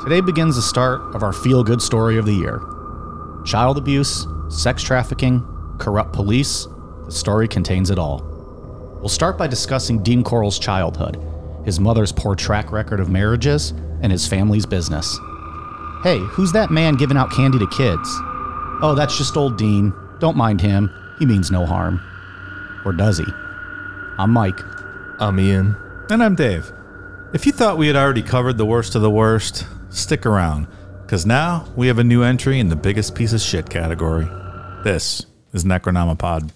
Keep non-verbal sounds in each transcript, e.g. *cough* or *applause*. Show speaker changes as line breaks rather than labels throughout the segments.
Today begins the start of our feel good story of the year child abuse, sex trafficking, corrupt police. The story contains it all. We'll start by discussing Dean Coral's childhood, his mother's poor track record of marriages, and his family's business. Hey, who's that man giving out candy to kids? Oh, that's just old Dean. Don't mind him. He means no harm. Or does he? I'm Mike.
I'm Ian.
And I'm Dave. If you thought we had already covered the worst of the worst, stick around, because now we have a new entry in the biggest piece of shit category. This is Necronomipod.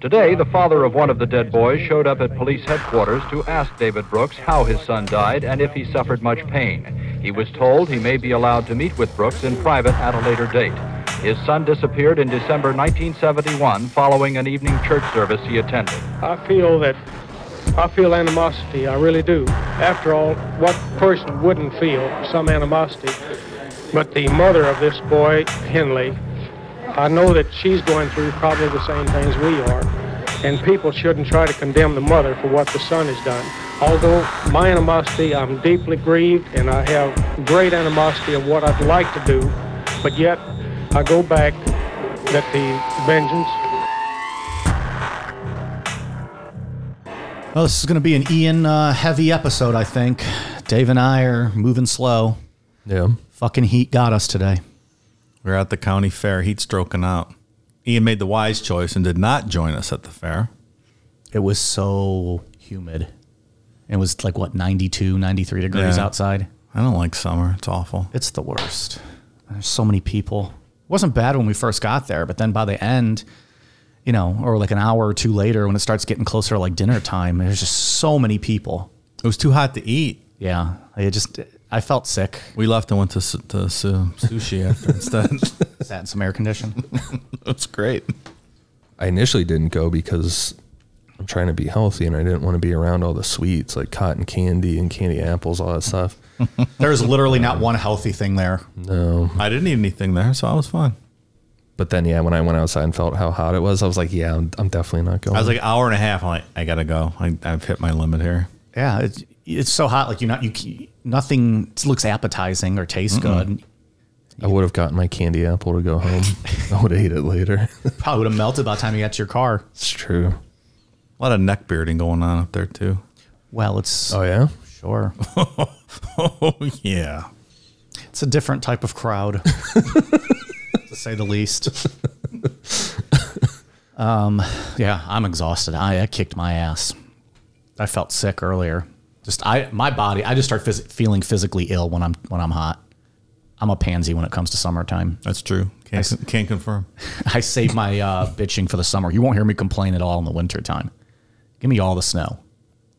Today, the father of one of the dead boys showed up at police headquarters to ask David Brooks how his son died and if he suffered much pain. He was told he may be allowed to meet with Brooks in private at a later date. His son disappeared in December 1971 following an evening church service he attended.
I feel that I feel animosity. I really do. After all, what person wouldn't feel some animosity? But the mother of this boy, Henley, I know that she's going through probably the same things we are. And people shouldn't try to condemn the mother for what the son has done. Although my animosity, I'm deeply grieved and I have great animosity of what I'd like to do, but yet I go back that the vengeance
Well, this is going to be an Ian uh, heavy episode, I think. Dave and I are moving slow.
Yeah.
Fucking heat got us today.
We're at the county fair, heat stroking out. Ian made the wise choice and did not join us at the fair.
It was so humid. It was like, what, 92, 93 degrees
Yeah.
outside?
I don't like summer, it's awful.
It's the worst. There's so many people. It wasn't bad when we first got there, but then by the end, you know, or like an hour or two later when it starts getting closer to like dinner time, there's just so many people.
It was too hot to eat.
Yeah. I just, I felt sick.
We left and went to, su- to su- sushi after
*laughs*
instead.
Is that in some air condition? *laughs*
That's great.
I initially didn't go because I'm trying to be healthy and I didn't want to be around all the sweets like cotton candy and candy apples, all that stuff.
There's literally not one healthy thing there.
No.
I didn't eat anything there, so I was fine.
But then, yeah, when I went outside and felt how hot it was, I was like, yeah, I'm, I'm definitely not going.
I was like, hour and a half. I'm like, I gotta go. I, I've hit my limit here.
Yeah, it's it's so hot. Like you're not you c- nothing looks appetizing or tastes good.
I would have gotten my candy apple to
*laughs*
go home. I would have ate it later. *laughs*
Probably would have melted by the time you got to your car.
it's true.
A lot of neck bearding going on up there too.
Well, it's
Oh, yeah?
sure.
*laughs* Oh yeah.
It's a different type of crowd, to say the least. um, yeah, I'm exhausted. I, I kicked my ass. I felt sick earlier. Just I my body. I just start phys- feeling physically ill when I'm when I'm hot. I'm a pansy when it comes to summertime.
That's true. Can't, can't confirm.
I save my uh, bitching for the summer. You won't hear me complain at all in the wintertime. Give me all the snow.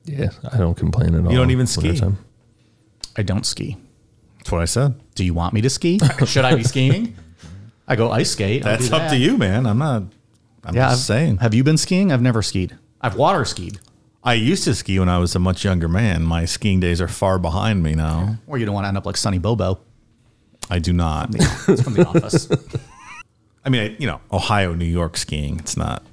Yeah. I don't complain at all.
don't even ski?
wintertime.
I don't ski.
That's what I said.
Do you want me to ski? Should I be skiing? I go ice skate. I'll
That's
do
up
that.
to you, man. I'm not. I'm
Yeah,
just
I've-
saying.
Have you been skiing? I've never skied. I've water skied.
I used to ski when I was a much younger man. My skiing days are far behind me now.
Or you don't want to end up like Sonny Bobo.
I do not.
It's from the
*laughs*
office.
I mean, I, you know, Ohio, New York skiing. It's not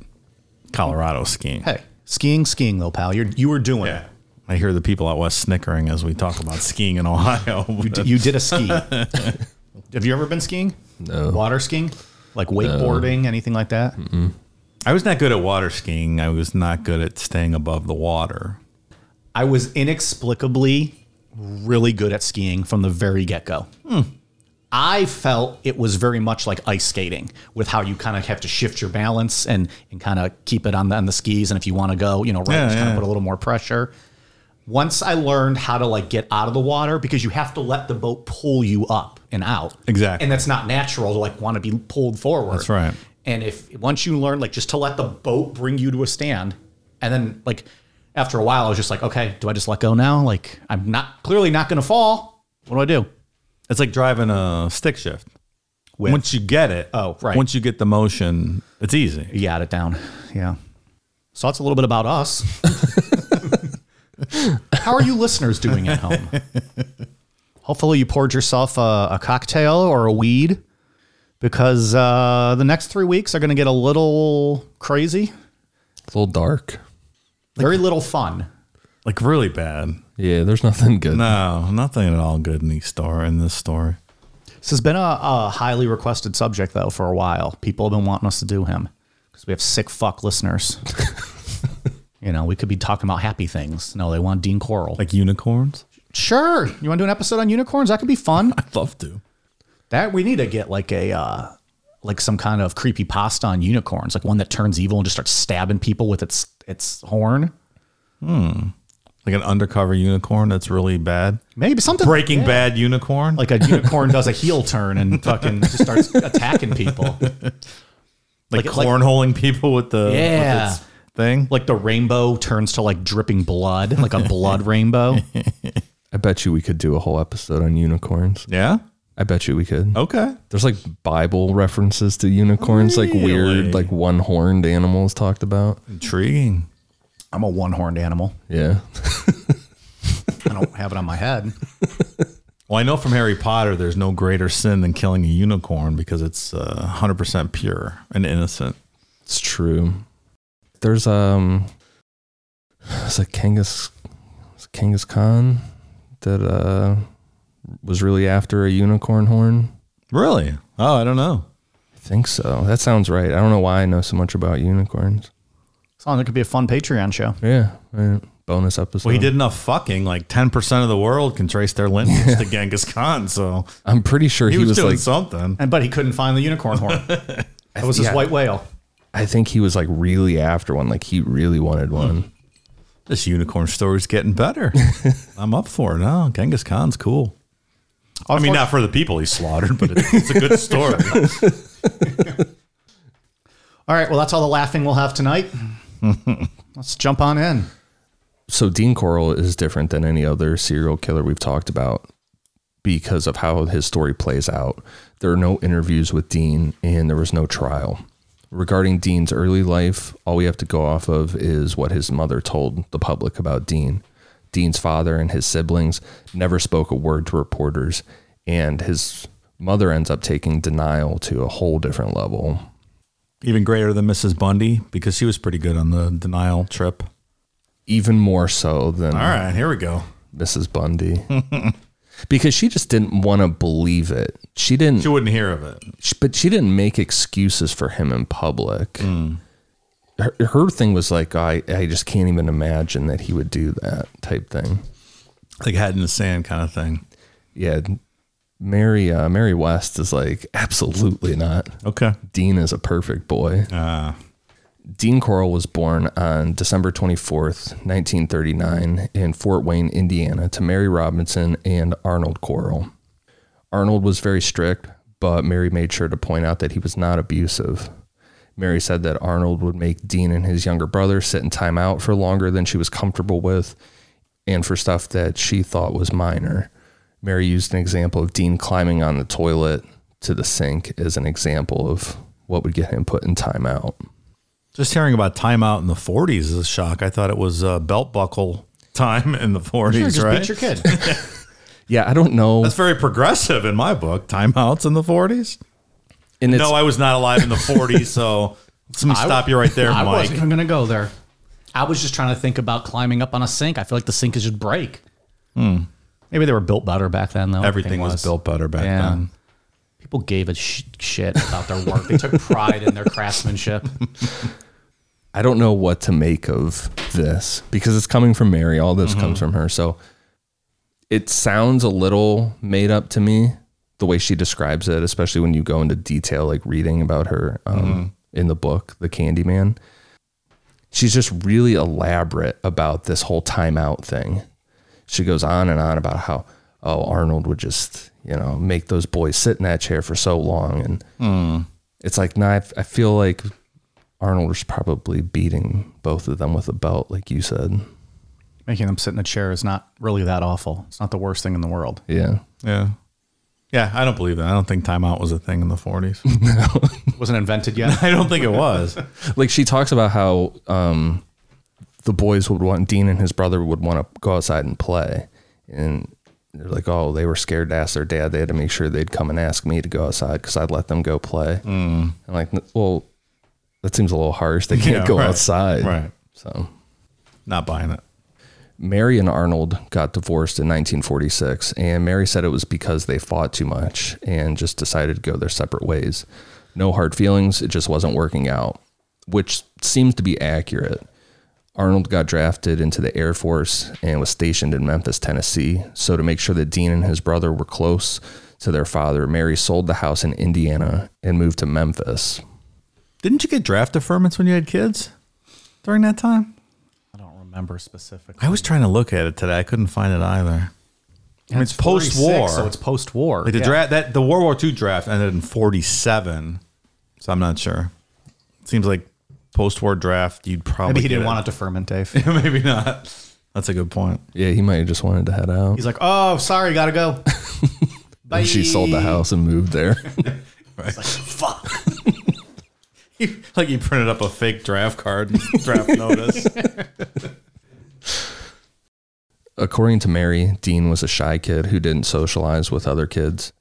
Colorado skiing.
Hey, skiing, skiing though, pal. You're you were doing
Yeah. I hear the people out west snickering as we talk about skiing in Ohio. *laughs*
it. You did a ski. have you ever been skiing?
No.
Water skiing, like wakeboarding, anything like that?
I was not good at water skiing. I was not good at staying above the water.
I was inexplicably really good at skiing from the very get go. I felt it was very much like ice skating with how you kind of have to shift your balance and, and kind of keep it on the, on the skis. And if you want to go, you know, right,
Yeah,
just kind
yeah.
of put a little more pressure. Once I learned how to like get out of the water because you have to let the boat pull you up and out.
Exactly.
And that's not natural to like want to be pulled forward.
That's right.
And if once you learn, like, just to let the boat bring you to a stand, and then like after a while, I was just like, okay, do I just let go now? Like, I'm not clearly not going to fall. What do I do?
It's like driving a stick shift. Once you get it,
Oh, right.
Once you get the motion, it's easy.
You got it down. Yeah. So that's a little bit about us. *laughs* How are you listeners doing at home? Hopefully, you poured yourself a, a cocktail or a weed because uh, the next three weeks are going to get a little crazy,
It's a little dark.
very little fun.
Like really bad.
Yeah, there's nothing good.
No, nothing at all good in these store in this story.
This has been a, a highly requested subject, though, for a while. People have been wanting us to do him because we have sick fuck *laughs* listeners. you know, we could be talking about happy things. No, they want Dean Coral. Like,
Like unicorns.
sure, you want to do an episode on unicorns? That could be *laughs* fun.
I'd love to.
That we need to get like a uh, like some kind of creepy pasta on unicorns, like one that turns evil and just starts stabbing people with its its horn.
Like an undercover unicorn that's really bad.
Maybe something
Breaking Bad unicorn.
like a unicorn does a heel turn and fucking just *laughs* starts attacking people. like-
like, cornholing people with the with
Yeah.
its thing.
Like the rainbow turns to like dripping blood, like a *laughs* blood rainbow.
I bet you we could do a whole episode on unicorns.
yeah.
I bet you we could.
Okay.
There's like Bible references to unicorns, like
Really?
weird, like one horned animals talked about.
Intriguing.
I'm a one horned animal.
Yeah.
I don't have it on my head.
Well, I know from Harry Potter, there's no greater sin than killing a unicorn because it's uh, 100% pure and innocent.
It's true. There's um, it's a Kangas, it's Kangas Khan that uh was really after a unicorn horn.
Really? Oh, I don't know.
I think so. That sounds right. I don't know why I know so much about unicorns.
So it could be a fun Patreon show.
Yeah. Alright. Bonus episode.
Well, he did enough fucking. Like 10% of the world can trace their lineage to Genghis Khan. So
I'm pretty sure
he,
he,
was,
was,
doing
like.
something.
And but he couldn't find the unicorn *laughs* horn. That was his
Yeah.
white whale.
I think he was like really after one. Like he really wanted one.
This unicorn story's
*laughs*
getting better. I'm up for it. Oh, Genghis Khan's cool. I mean, not for the people he slaughtered, but it's, it's a
*laughs*
good story.
All right, well that's all the laughing we'll have *laughs* tonight. Let's jump on in.
so Dean Coral is different than any other serial killer we've talked about because of how his story plays out. There are no interviews with Dean and there was no trial. Regarding Dean's early life, all we have to go off of is what his mother told the public about Dean. Dean's father and his siblings never spoke a word to reporters, and his mother ends up taking denial to a whole different level.
Even greater than Mrs. Bundy because she was pretty good on the denial trip.
Even more so than
All right, here we go.
Mrs. Bundy. *laughs* because she just didn't want to believe it. She didn't,
She wouldn't hear of it.
sh- but she didn't make excuses for him in public. Her, her thing was like, I, I just can't even imagine that he would do that type thing.
Like head in the sand kind of thing.
Yeah. Mary, uh, Mary West is like, absolutely not.
Okay.
Dean is a perfect boy.
Uh,
Dean Coral was born on December 24th, 1939, in Fort Wayne, Indiana, to Mary Robinson and Arnold Coral. Arnold was very strict, but Mary made sure to point out that he was not abusive. Mary said that Arnold would make Dean and his younger brother sit in timeout for longer than she was comfortable with and for stuff that she thought was minor. Mary used an example of Dean climbing on the toilet to the sink as an example of what would get him put in timeout.
just hearing about timeout in the 40s is a shock. I thought it was uh, belt buckle time in the 40s,
Sure, just
right?
beat your *laughs* kid.
Yeah, I don't know.
That's very progressive in my book. Timeouts in the 40s?
and it's,
No, I was not alive in the 40s, *laughs* so let me stop you right *laughs* there,
I
Mike.
wasn't even gonna go there. I was just trying to think about climbing up on a sink. I feel like the sink is just break. Hmm. Maybe they were built better back then, though.
Everything was built better back
Yeah.
then.
People gave a sh- shit about their work. They took pride in their craftsmanship.
I don't know what to make of this because it's coming from Mary. All this comes from her. So it sounds a little made up to me the way she describes it, especially when you go into detail, like reading about her um, in the book, The Candyman. She's just really elaborate about this whole timeout thing. She goes on and on about how, oh, Arnold would just, you know, make those boys sit in that chair for so long. And it's like, nah, I f- I feel like Arnold was probably beating both of them with a belt, like you said.
*laughs* Making them sit in a chair is not really that awful. It's not the worst thing in the world.
Yeah.
Yeah. Yeah, I don't believe that. I don't think timeout was a thing in the 40s.
It wasn't invented *laughs* yet.
*laughs* I don't think it was.
Like she talks about how um, the boys would want, Dean and his brother would want to go outside and play. And they're like, oh, they were scared to ask their dad. They had to make sure they'd come and ask me to go outside because I'd let them go play. Mm. And like, "N- well, that seems a little harsh. They can't
*laughs* Yeah,
go
right.
outside.
Right.
So
Not buying it.
Mary and Arnold got divorced in 1946, and Mary said it was because they fought too much and just decided to go their separate ways. No hard feelings, it just wasn't working out, which seems to be accurate. Arnold got drafted into the Air Force and was stationed in Memphis, Tennessee. So, to make sure that Dean and his brother were close to their father, Mary sold the house in Indiana and moved to Memphis.
Didn't you get draft deferments when you had kids during that time?
I don't remember specifically.
I was trying to look at it today. I couldn't find it either.
And
it's post-war.
so it's post-war.
Like the
Yeah.
draft that the World War II draft ended in forty seven, so I'm not sure. Seems like post war draft you'd probably
Maybe he didn't
get *laughs*
want a deferment, Dave. *laughs*
it. maybe not. That's a good point.
Yeah, he might have just wanted to head out.
He's like, "Oh, sorry, gotta go." Bye.
She sold the house and moved there.
Fuck.
like *laughs* he printed up a fake draft card, and *laughs* draft notice.
According to Mary, Dean was a shy kid who didn't socialize with other kids.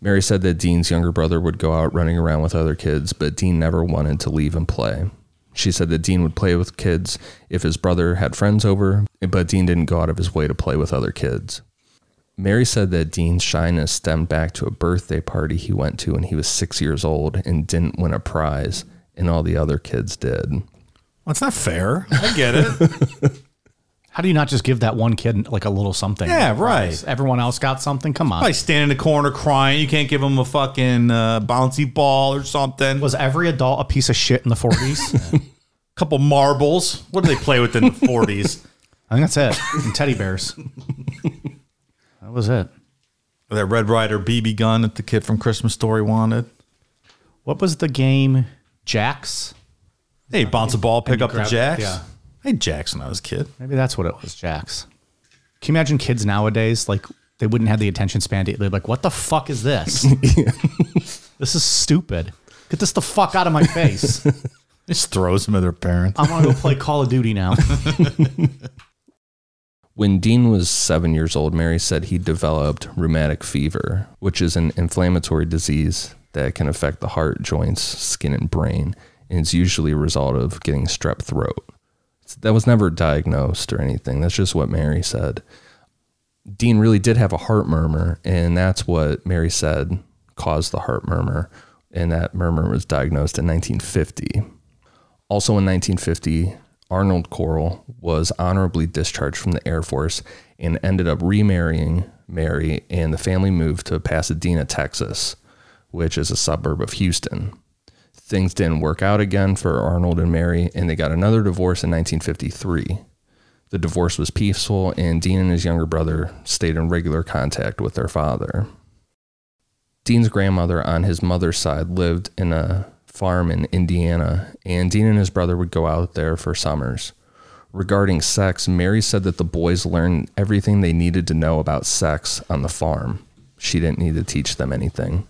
Mary said that Dean's younger brother would go out running around with other kids, but Dean never wanted to leave and play. She said that Dean would play with kids if his brother had friends over, but Dean didn't go out of his way to play with other kids. Mary said that Dean's shyness stemmed back to a birthday party he went to when he was six years old and didn't win a prize, and all the other kids did.
That's not fair. I get it. *laughs*
How do you not just give that one kid like a little something?
Yeah, right.
Everyone else got something. Come on.
Probably stand in the corner crying. You can't give him a fucking uh, bouncy ball or something.
Was every adult a piece of shit in the *laughs* 40s? I think
couple marbles. What do they play with in
*laughs*
the 40s?
that's it. And teddy *laughs* bears. that was it.
That Red Rider BB gun that the kid from Christmas Story wanted.
What was the game? Jacks?
Hey, bounce a ball, pick
you
up the
grab it,
jacks.
yeah.
Hey, jacks when I was a kid.
Maybe that's what it was. Jacks. Can you imagine kids nowadays? Like they wouldn't have the attention span. To, they're like, "What the fuck is *laughs* this? this is stupid. Get this the fuck out of my face.
Just throws them at their parents.
I want to go play Call of Duty now."
When Dean was seven years old, Mary said he developed rheumatic fever, which is an inflammatory disease that can affect the heart, joints, skin, and brain, and is usually a result of getting strep throat. That was never diagnosed or anything. That's just what Mary said. Dean really did have a heart murmur, and that's what Mary said caused the heart murmur, and that murmur was diagnosed in 1950. Also in 1950, Arnold Coral was honorably discharged from the Air Force and ended up remarrying Mary, and the family moved to Pasadena, Texas, which is a suburb of Houston. Things didn't work out again for Arnold and Mary, and they got another divorce in 1953. The divorce was peaceful, and Dean and his younger brother stayed in regular contact with their father. Dean's grandmother on his mother's side lived in a farm in Indiana, and Dean and his brother would go out there for summers. Regarding sex, Mary said that the boys learned everything they needed to know about sex on the farm. She didn't need to teach them anything.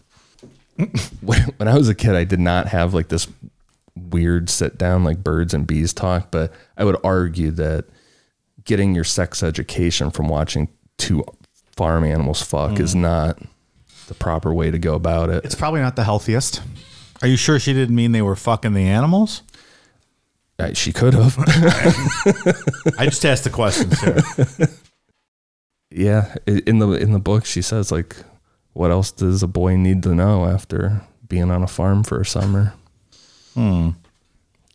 *laughs* when when I was a kid, I did not have like this weird sit down like birds and bees talk, but I would argue that getting your sex education from watching two farm animals fuck is not the proper way to go about it.
It's probably not the healthiest.
Are you sure she didn't mean they were fucking the animals?
Uh, she could have.
I just asked the question, sir.
yeah, i- in the in the book she says like what else does a boy need to know after being on a farm for a summer?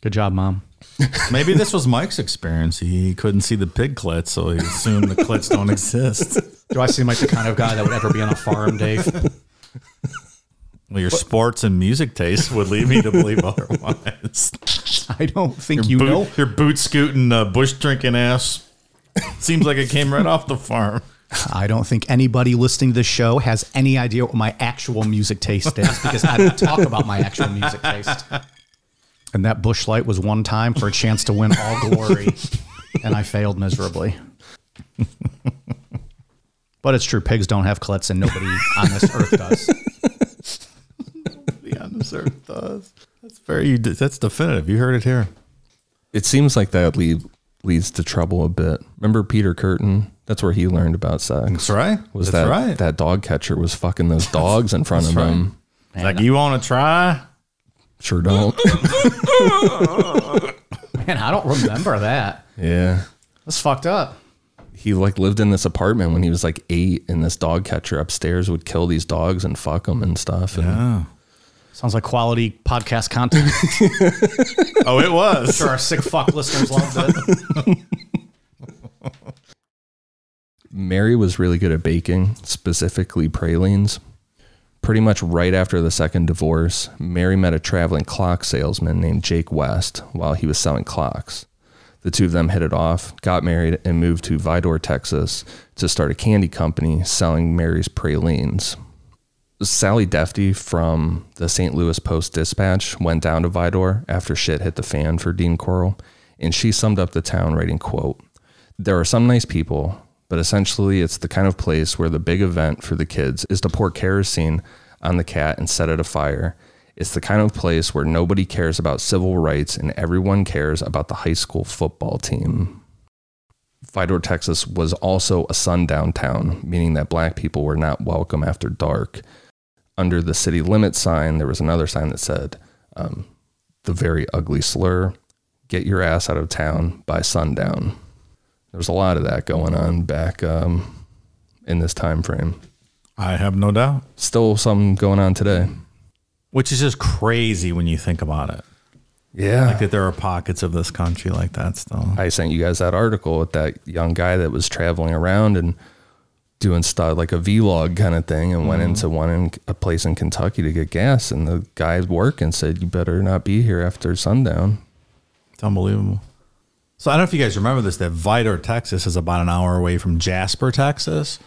Good job, mom.
*laughs* Maybe this was Mike's experience. He couldn't see the pig clits, so he assumed the clits *laughs* don't exist.
Do I seem like the kind of guy that would ever be on a farm, Dave?
Well, your sports and music tastes would lead me to believe *laughs* otherwise.
*laughs* I don't think you
boot,
know.
your boot scooting, uh, bush drinking ass seems like it came right off the farm.
I don't think anybody listening to this show has any idea what my actual music taste is because I don't talk about my actual music taste. And that bush light was one time for a chance to win all glory, and I failed miserably. But it's true, pigs don't have clits, and nobody on this earth does.
The undeserved does. That's very. You, that's definitive. You heard it here.
It seems like that lead, leads to trouble a bit. Remember Peter Curtin? That's where he learned about sex.
That's right.
Was
that's
that
right.
that dog catcher was fucking those dogs in front of
right.
him?
like you want to try?
Sure don't.
Man, I don't remember that.
yeah.
That's fucked up.
he like lived in this apartment when he was like eight, and this dog catcher upstairs would kill these dogs and fuck them and stuff. And
Oh,
Sounds like quality podcast content.
oh it was.
sure, our sick fuck listeners loved it.
Mary was really good at baking, specifically pralines. Pretty much right after the second divorce, Mary met a traveling clock salesman named Jake West while he was selling clocks. The two of them hit it off, got married, and moved to Vidor, Texas to start a candy company selling Mary's pralines. Sally Defty from the St. Louis Post Dispatch went down to Vidor after shit hit the fan for Dean Coral, and she summed up the town writing, quote, There are some nice people, but essentially it's the kind of place where the big event for the kids is to pour kerosene on the cat and set it afire. It's the kind of place where nobody cares about civil rights and everyone cares about the high school football team. Vidor, Texas was also a sundown town, meaning that black people were not welcome after dark. Under the city limit sign, there was another sign that said, um, the very ugly slur, get your ass out of town by sundown. There was a lot of that going on back um, in this time frame.
*laughs* I have no doubt.
Still some going on today.
Which is just crazy when you think about it.
Yeah.
Like that there are pockets of this country like that still.
I sent you guys that article with that young guy that was traveling around and doing stuff like a vlog kind of thing and
Mm-hmm.
went into one in a place in Kentucky to get gas and the guy at work and said you better not be here after sundown.
It's unbelievable. So I don't know if you guys remember this that Vidor, Texas is about an hour away from Jasper, Texas,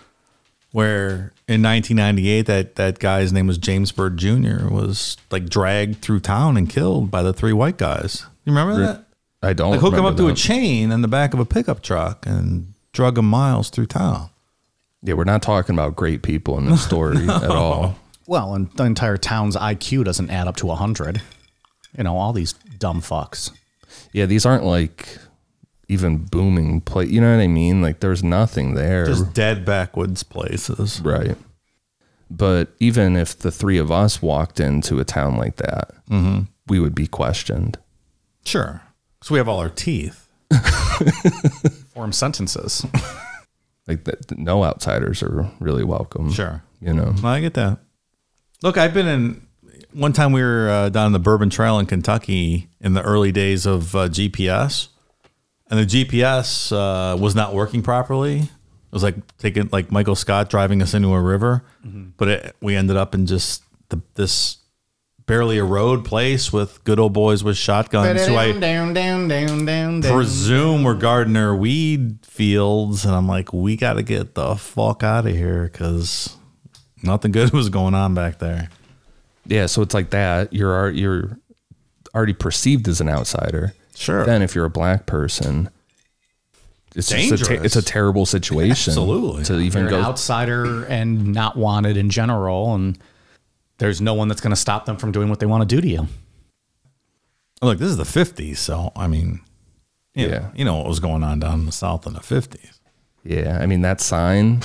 where in 1998 that that guy's name was James Byrd Jr. was like dragged through town and killed by the three white guys. You remember that?
I don't
Like hook him up
remember
to a
that.
chain in the back of a pickup truck and drug him miles through town.
Yeah, we're not talking about great people in this
*laughs*
story at all.
Well, and the entire town's IQ doesn't add up to 100. You know, all these dumb fucks.
Yeah, these aren't like even booming play. You know what I mean? Like there's nothing there.
Just dead backwoods places.
Right. But even if the three of us walked into a town like that,
Mm-hmm.
we would be questioned.
Sure. Because we have all our teeth.
Form sentences. *laughs*
Like that, no outsiders are really welcome.
Sure.
You know,
No, I get that. Look, I've been in. One time we were uh, down the Bourbon Trail in Kentucky in the early days of uh, GPS, and the GPS uh, was not working properly. It was like taking like Michael Scott driving us into a river, but it, we ended up in just the, this barely a road place with good old boys with shotguns who I
down, down, down, down, down.
presume were gardener weed fields, and I'm like, we got to get the fuck out of here because nothing good *laughs* was going on back there.
yeah. So it's like that. You're al- you're already perceived as an outsider.
Sure.
Then if you're a black person, it's Just a
Dangerous.
ter- it's a terrible situation.
Absolutely.
To even
You're an
go
outsider and not wanted in general, and there's no one that's going to stop them from doing what they want to do to you.
Look, this is the 50s, so I mean, you
Yeah.
know, you know what was going on down in the south in the 50s.
Yeah, I mean that sign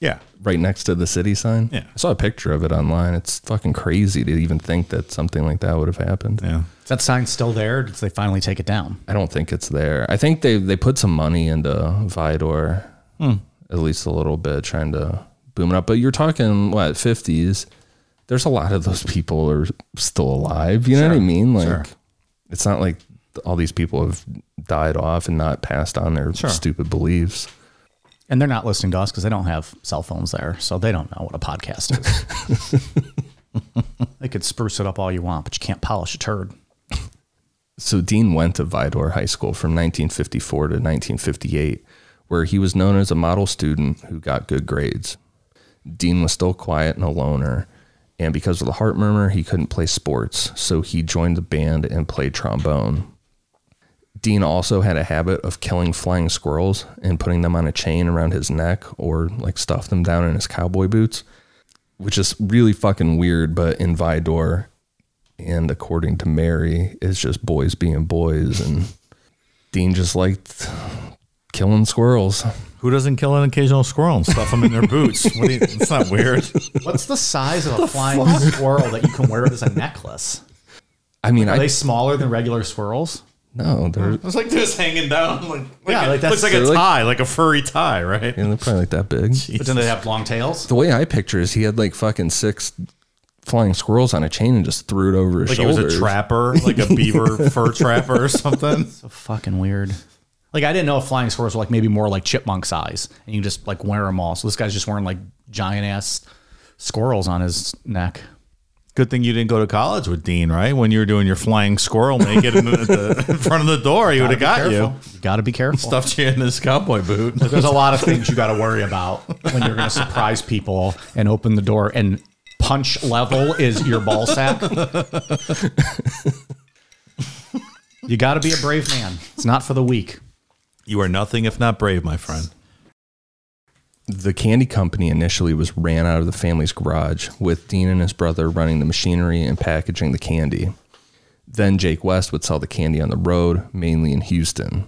Yeah,
right next to the city sign.
Yeah.
I saw a picture of it online. It's fucking crazy to even think that something like that would have happened.
yeah.
Is that sign still there? Did they finally take it down?
I don't think it's there. I think they they put some money into Vidor,
Hmm.
at least a little bit, trying to boom it up. But you're talking what fifties? There's a lot of those people are still alive. You know what I mean? Like,
sure.
it's not like all these people have died off and not passed on their stupid beliefs.
And they're not listening to us because they don't have cell phones there, so they don't know what a podcast is. they could spruce it up all you want, but you can't polish a turd.
So Dean went to Vidor High School from 1954 to 1958, where he was known as a model student who got good grades. Dean was still quiet and a loner, and because of the heart murmur, he couldn't play sports, so he joined the band and played trombone. Dean also had a habit of killing flying squirrels and putting them on a chain around his neck or like stuff them down in his cowboy boots, which is really fucking weird, but in Vidor, and according to Mary, it's just boys being boys, and Dean just liked killing squirrels.
Who doesn't kill an occasional squirrel and stuff them in *laughs* their boots? What do you, it's not *laughs* weird.
What's the size of a flying squirrel that you can wear as a necklace?
I mean,
Are
I
they smaller than regular squirrels?
No, they're,
It's like this hanging down. Like, like
Yeah,
it
like that's-
looks like a
they're like-
tie, *laughs* like a furry tie, right?
yeah, they're probably like that big.
But then they have long tails.
The way I picture is he had like fucking six flying squirrels on a chain and just threw it over his
Like he
shoulders.
was a trapper, like a *laughs* beaver fur trapper or *laughs* something.
So fucking weird. Like I didn't know if flying squirrels were like maybe more like chipmunk size, and you just like wear them all. So this guy's just wearing like giant ass squirrels on his neck.
Good thing you didn't go to college with Dean, right? When you were doing your flying squirrel naked in, the, at the,
*laughs*
in front of the door, he would have got you.
Got to be careful.
Stuffed you in this cowboy boot.
*laughs*
*laughs* There's a lot of things you got to worry about when you're going to surprise people and open the door and punch level is your ball sack. *laughs* you got to be a brave man. It's not for the weak.
You are nothing if not brave, my friend.
the candy company initially was ran out of the family's garage with Dean and his brother running the machinery and packaging the candy. Then Jake West would sell the candy on the road, mainly in Houston.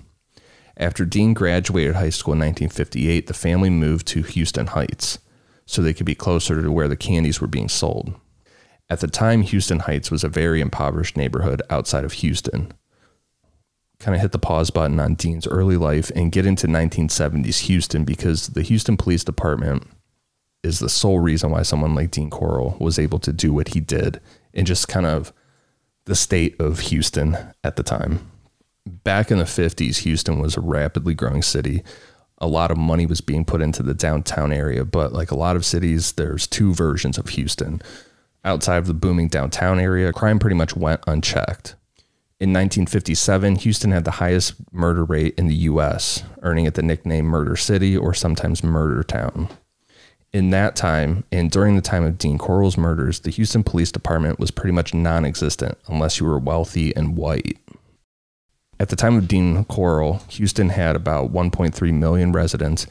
After Dean graduated high school in 1958, the family moved to Houston Heights so they could be closer to where the candies were being sold. At the time, Houston Heights was a very impoverished neighborhood outside of Houston. Kind of hit the pause button on Dean's early life and get into 1970s Houston because the Houston Police Department is the sole reason why someone like Dean Coral was able to do what he did and just kind of the state of Houston at the time. Back in the 50s, Houston was a rapidly growing city. A lot of money was being put into the downtown area, but like a lot of cities, there's two versions of Houston. Outside of the booming downtown area, crime pretty much went unchecked. In 1957, Houston had the highest murder rate in the US, earning it the nickname Murder City or sometimes Murder Town. In that time, and during the time of Dean Coral's murders, the Houston Police Department was pretty much non existent unless you were wealthy and white. At the time of Dean Coral, Houston had about 1.3 million residents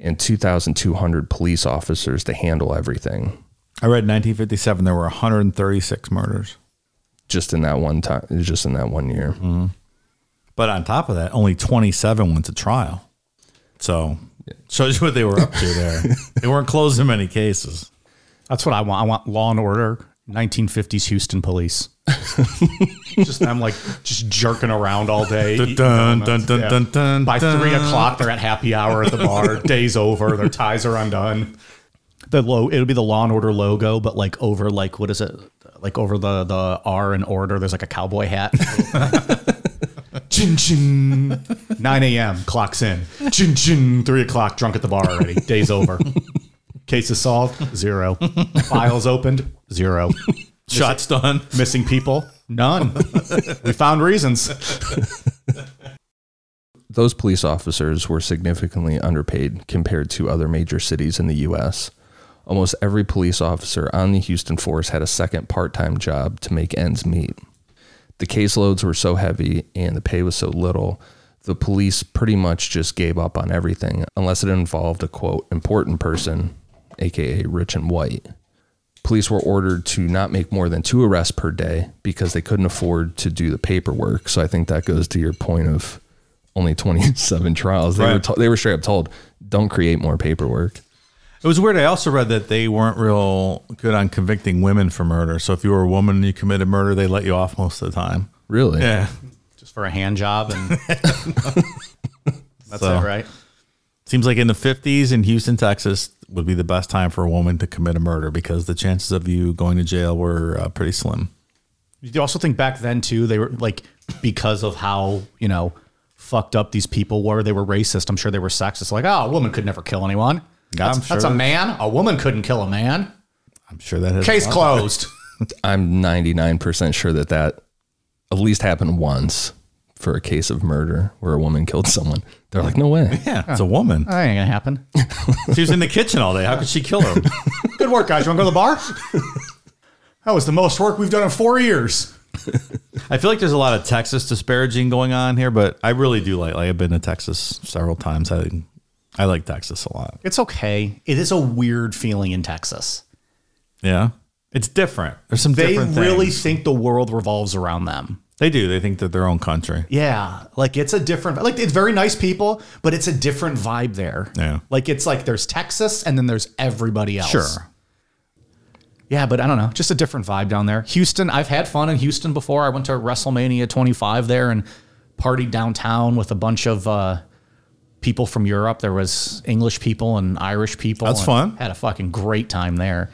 and 2,200 police officers to handle everything.
I read 1957, there were 136 murders.
Just in that one time, just in that one year.
But on top of that, only 27 went to trial. So shows you what they were up to there.
*laughs*
they weren't closing many cases.
That's what I want. I want law and order, 1950s Houston police. *laughs* just them like just jerking around all day.
Dun,
eating
dun,
donuts.
dun, dun, dun, dun,
By
dun.
three o'clock, they're at happy hour at the
*laughs*
bar. Day's over. Their ties are undone. The low, it'll be the law and order logo, but like over like what is it? Like over the the R and order. There's like a cowboy
*laughs*
hat. Chin chin. 9 a.m. clocks in. Chin chin. Three o'clock. Drunk at the bar *laughs* already. Day's over. Cases solved, zero. Files opened, zero.
Shots done.
Missing people, none. we found reasons.
those police officers were significantly underpaid compared to other major cities in the U.S. Almost every police officer on the Houston force had a second part time job to make ends meet. The caseloads were so heavy and the pay was so little, the police pretty much just gave up on everything unless it involved a quote, important person, aka rich and white. Police were ordered to not make more than two arrests per day because they couldn't afford to do the paperwork. So I think that goes to your point of only 27 trials. They were
Right.
to- they were straight up told, don't create more paperwork.
It was weird. I also read that they weren't real good on convicting women for murder. So if you were a woman and you committed murder, they let you off most of the time.
Really?
Yeah.
Just for a hand job, and that's
So-
it, right?
Seems like in the 50s in Houston, Texas would be the best time for a woman to commit a murder because the chances of you going to jail were uh, pretty slim.
You also think back then too, they were like because of how you know fucked up these people were. They were racist. I'm sure they were sexist. Like, oh, a woman could never kill anyone. that's,
I'm sure.
that's a man. A woman couldn't kill a man.
I'm sure that has
Case closed.
I'm 99% sure that that at least happened once for a case of murder where a woman killed someone. They're like, no way.
Yeah, it's a woman.
that ain't gonna *laughs* happen.
She was in the kitchen all day. How could she kill her?
Good work, guys. You want to go to the *laughs* bar? that was the most work we've done in four years.
I feel like there's a lot of Texas disparaging going on here, but I really do like. Like I've been to Texas several times. I I like Texas a lot.
It's okay. It is a weird feeling in Texas.
Yeah, it's different. There's some
They
different
really
things.
think the world revolves around them.
They do. They think they're their own country.
Yeah, like it's a different like it's very nice people, but it's a different vibe there.
Yeah.
Like it's like there's Texas and then there's everybody else.
Sure.
Yeah, but I don't know, just a different vibe down there. Houston, I've had fun in Houston before. I went to WrestleMania 25 there and partied downtown with a bunch of uh, people from Europe. There was English people and Irish people.
That's
and
fun.
Had a fucking great time there.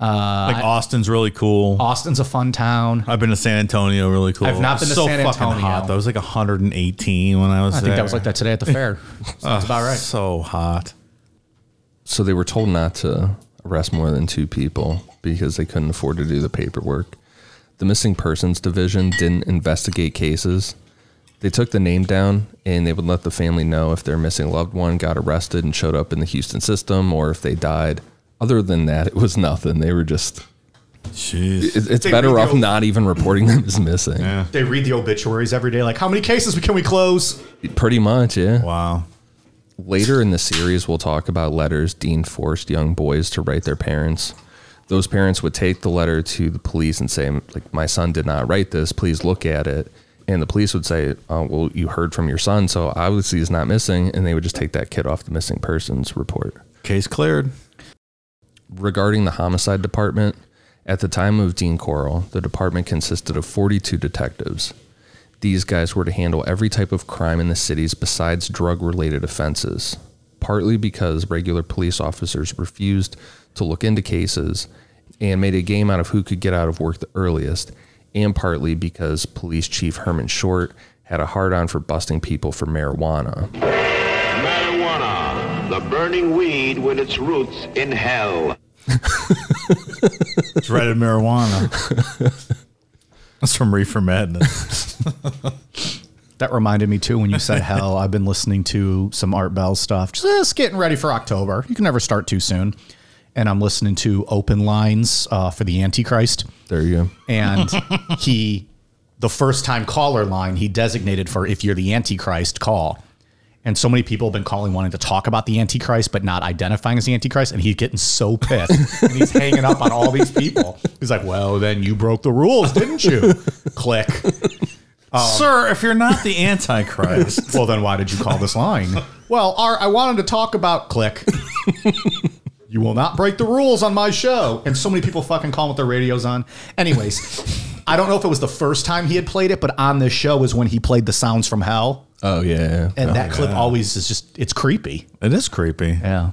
Uh,
like Austin's really cool.
Austin's a fun town.
I've been to San Antonio, really cool.
I've not been to
so
San
fucking
Antonio.
hot. That was like 118 when I was.
I think that was like that
*laughs*
today at the fair. Sounds about right.
So hot.
So they were told not to arrest more than two people because they couldn't afford to do the paperwork. The missing persons division didn't investigate cases. They took the name down and they would let the family know if their missing loved one got arrested and showed up in the Houston system or if they died. Other than that, it was nothing. They were just,
Jeez.
it- it's
They
better
really
off
don't-
not even reporting them as missing.
They read the obituaries every day. Like, how many cases can we close?
Pretty much, yeah.
wow.
Later in the series, we'll talk about letters Dean forced young boys to write their parents. Those parents would take the letter to the police and say, like, my son did not write this. Please look at it. And the police would say, oh, well, you heard from your son, so obviously he's not missing. And they would just take that kid off the missing persons report
Case cleared.
regarding the homicide department, at the time of Dean Coral, the department consisted of 42 detectives. These guys were to handle every type of crime in the cities besides drug related offenses, partly because regular police officers refused to look into cases and made a game out of who could get out of work the earliest, and partly because Police Chief Herman Short had a hard on for busting people for marijuana.
Marijuana, the burning weed with its roots in hell.
Dreaded *laughs* marijuana. That's from Reefer Madness.
That reminded me too when you said hell. I've been listening to some Art Bell stuff, just getting ready for October. You can never start too soon. And I'm listening to Open Lines uh, for the Antichrist.
There you go.
and he the first time caller line he designated for if you're the antichrist call and so many people have been calling wanting to talk about the antichrist but not identifying as the antichrist and he's getting so pissed and he's hanging up on all these people he's like well then you broke the rules didn't you click
Sir, if you're not the Antichrist,
*laughs* well then why did you call this line well Art, i wanted to talk about
*laughs*
click you will not break the rules on my show and so many people fucking call with their radios on anyways i don't know if it was the first time he had played it but on this show was when he played the sounds from hell
Oh, yeah.
and that clip always is just it's creepy
it is creepy.
yeah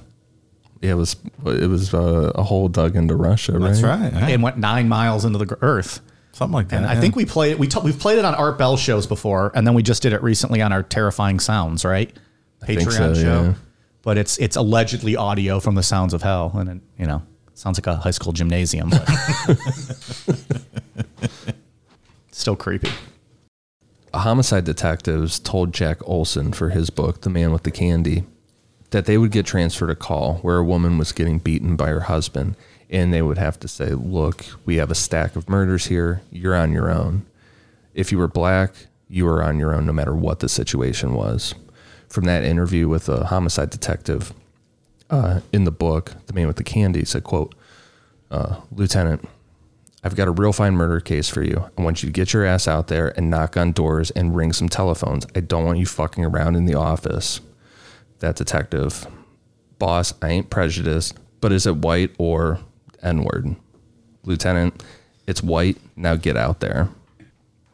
Yeah, it was it was uh, a hole dug into Russia, right?
That's right. yeah.
and went nine miles into the gr- earth
Something like that.
and i
yeah.
think we played it we t- we've played it on art bell shows before and then we just did it recently on our terrifying sounds right
think so,
patreon show
yeah.
but it's it's allegedly audio from the sounds of hell and it you know sounds like a high school gymnasium but *laughs* still creepy
homicide detectives told Jack Olson for his book, The Man with the Candy, that they would get transferred a call where a woman was getting beaten by her husband. And they would have to say, Look, we have a stack of murders here. You're on your own. If you were black, you were on your own no matter what the situation was. From that interview with a homicide detective uh, in the book, The Man with the Candy said, quote, uh, Lieutenant, I've got a real fine murder case for you. I want you to get your ass out there and knock on doors and ring some telephones. I don't want you fucking around in the office. That detective, boss, I ain't prejudiced, but is it white or N word? Lieutenant, it's white. Now get out there.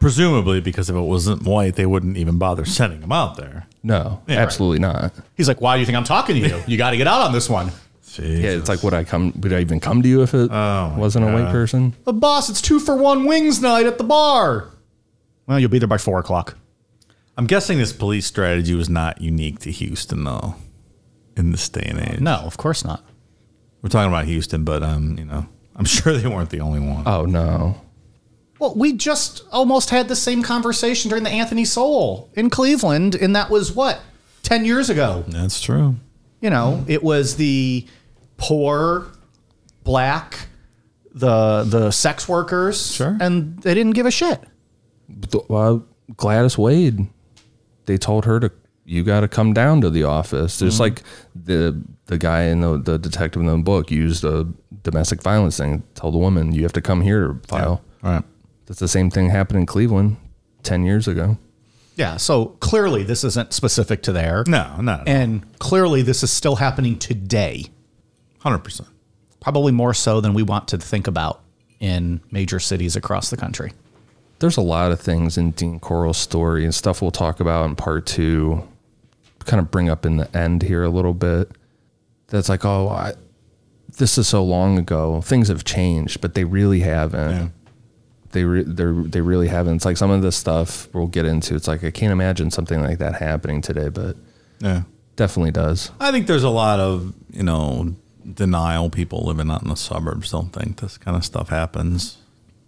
presumably because if it wasn't white, they wouldn't even bother sending him out there.
No,
Yeah,
absolutely not.
he's like why do you think i'm talking to you you got to get out on this one
Yeah, it's like would I come? Would I even come to you if it wasn't a white person?
the boss it's two for one wings night at the bar well you'll be there by four o'clock
I'm guessing this police strategy was not unique to Houston, though. In this day and age,
no of course not
we're talking about Houston, but um, you know, I'm *laughs* sure they weren't the only one.
Oh no,
Well, we just almost had the same conversation during the Anthony Soul in Cleveland, and that was what ten years ago.
That's true.
You know, it was the poor, black, the the sex workers,
Sure.
and they didn't give a shit.
Th- uh, Gladys Wade, they told her to you got to come down to the office. Just like the the guy in the, the detective in the book used a domestic violence thing. Tell the woman you have to come here to file.
All right.
That's the same thing happened in Cleveland ten years ago.
Yeah. So clearly, this isn't specific to there,
No, not
and clearly, this is still happening today.
hundred percent.
Probably more so than we want to think about in major cities across the country.
there's a lot of things in Dean Coral's story and stuff we'll talk about in part two, kind of bring up in the end here a little bit. That's like, oh, I, this is so long ago. Things have changed, but they really haven't. They re- they they really haven't. It's like some of this stuff we'll get into. It's like I can't imagine something like that happening today, but
Yeah.
definitely does.
I think there's a lot of, you know, denial people living out in the suburbs don't think this kind of stuff happens.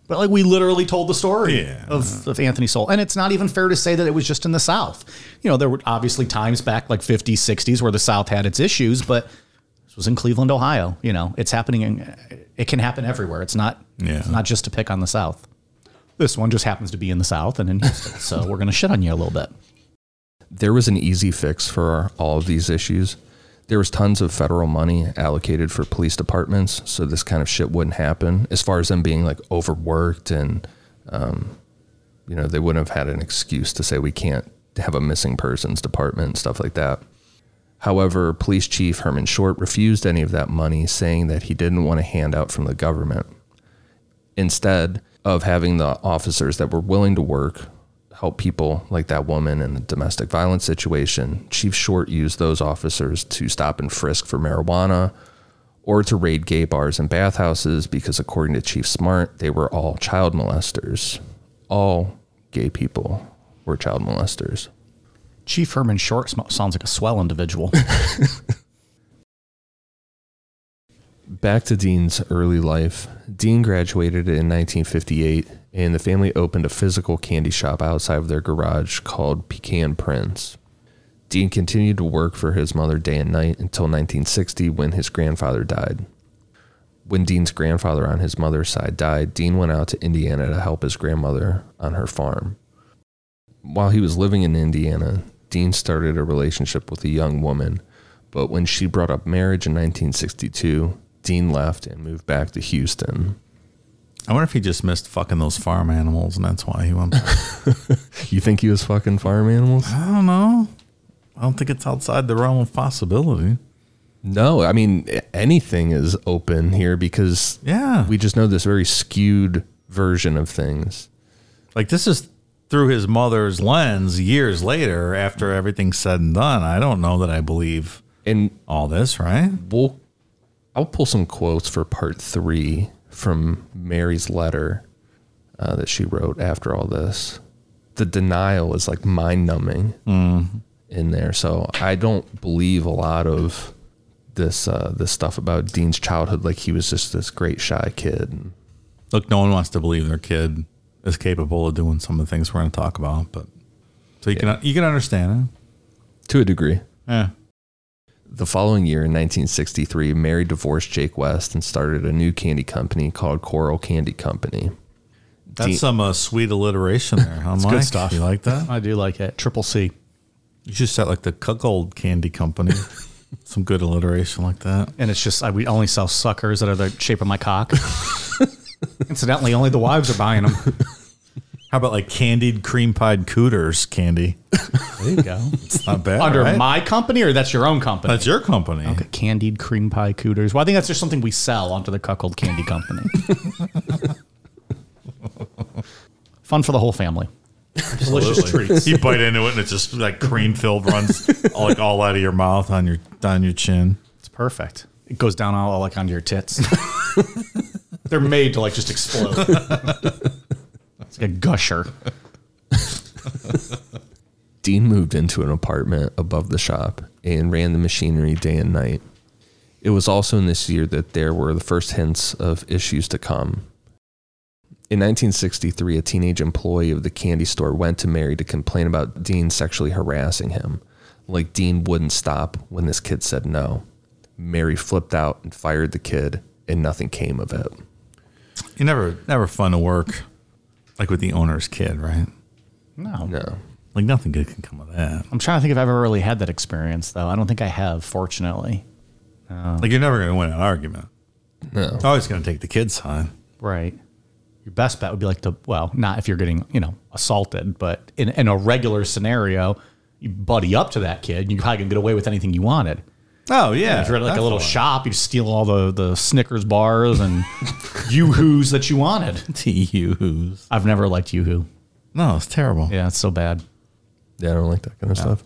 But like we literally told the story
Yeah.
of, of Anthony Soul. And it's not even fair to say that it was just in the South. You know, there were obviously times back like 50s, 60s where the South had its issues, but this was in Cleveland, Ohio. You know, it's happening in, it can happen everywhere. It's not
Yeah.
it's not just to pick on the South. This one just happens to be in the South and in Houston. so we're gonna shit on you a little bit.
there was an easy fix for all of these issues. There was tons of federal money allocated for police departments, so this kind of shit wouldn't happen. As far as them being like overworked and, um, you know, they wouldn't have had an excuse to say we can't have a missing persons department and stuff like that. However, Police Chief Herman Short refused any of that money, saying that he didn't want a handout from the government instead of having the officers that were willing to work help people like that woman in a domestic violence situation, Chief Short used those officers to stop and frisk for marijuana or to raid gay bars and bathhouses because, according to Chief Smart, they were all child molesters. All gay people were child molesters.
Chief Herman Short sm- sounds like a swell individual.
Back to Dean's early life. Dean graduated in 1958, and the family opened a physical candy shop outside of their garage called Pecan Prince. Dean continued to work for his mother day and night until 1960 when his grandfather died. When Dean's grandfather on his mother's side died, Dean went out to Indiana to help his grandmother on her farm. While he was living in Indiana, Dean started a relationship with a young woman but when she brought up marriage in 1962, Dean left and moved back to Houston.
I wonder if he just missed fucking those farm animals and that's why he went. I
You think he was fucking farm animals?
don't know. I don't think it's outside the realm of possibility.
No, I mean anything is open here because
Yeah.
we just know this very skewed version of things.
like this is through his mother's lens years later after everything's said and done. I don't know that I believe
And
all this, right?
we'll I'll pull some quotes for part 3 from Mary's letter uh, that she wrote after all this. The denial is like mind numbing Mm-hmm. in there. So I don't believe a lot of this uh, this stuff about Dean's childhood. Like he was just this great shy kid. And
Look, no one wants to believe their kid is capable of doing some of the things we're going to talk about, but so you can you can understand
to a degree.
it. Yeah.
The following year, in 1963, Mary divorced Jake West and started a new candy company called Coral Candy Company.
That's some uh, sweet alliteration there, huh, Mike?
good stuff.
You like
*laughs*
that?
I do like it. Triple C.
You should set like the cuckold candy company. some good alliteration like that.
And it's just I, we only sell suckers that are the shape of my
*laughs*
cock. Incidentally, only the wives are buying them.
How about like candied cream pied cooters candy?
There you go.
It's not
*laughs*
bad.
Under
right?
my company or that's your own company?
That's your company.
Okay, candied cream pie cooters. Well, I think that's just something we sell onto the cuckold candy *laughs* company. Fun for the whole family. Delicious treats.
*laughs* you bite into it and it's just like cream filled runs all, like all out of your mouth on your on your chin.
It's perfect. It goes down all like onto your tits. *laughs* They're made to like just explode. *laughs* it's like a gusher.
Dean moved into an apartment above the shop and ran the machinery day and night. It was also in this year that there were the first hints of issues to come. In 1963, a teenage employee of the candy store went to Mary to complain about Dean sexually harassing him. Like, Dean wouldn't stop when this kid said no. Mary flipped out and fired the kid, and nothing came of it.
You never never fun to work like with the owner's kid, right?
No.
No.
Like nothing good can come of that.
I'm trying to think if I've ever really had that experience though. I don't think I have, fortunately.
Like you're never going to win an argument.
No.
It's always going to take the kid's side.
Right. Your best bet would be like to well, not if you're getting, you know, assaulted, but in, in a regular scenario, you buddy up to that kid, you're probably gonna get away with anything you wanted.
Oh yeah,
If you're at like a little shop, you steal all the, the Snickers *laughs* bars and yoo-hoos that you wanted. *laughs*
to use.
I've never liked yoo-hoo.
No, it's terrible.
Yeah, it's so bad.
Yeah, I don't like that kind of stuff.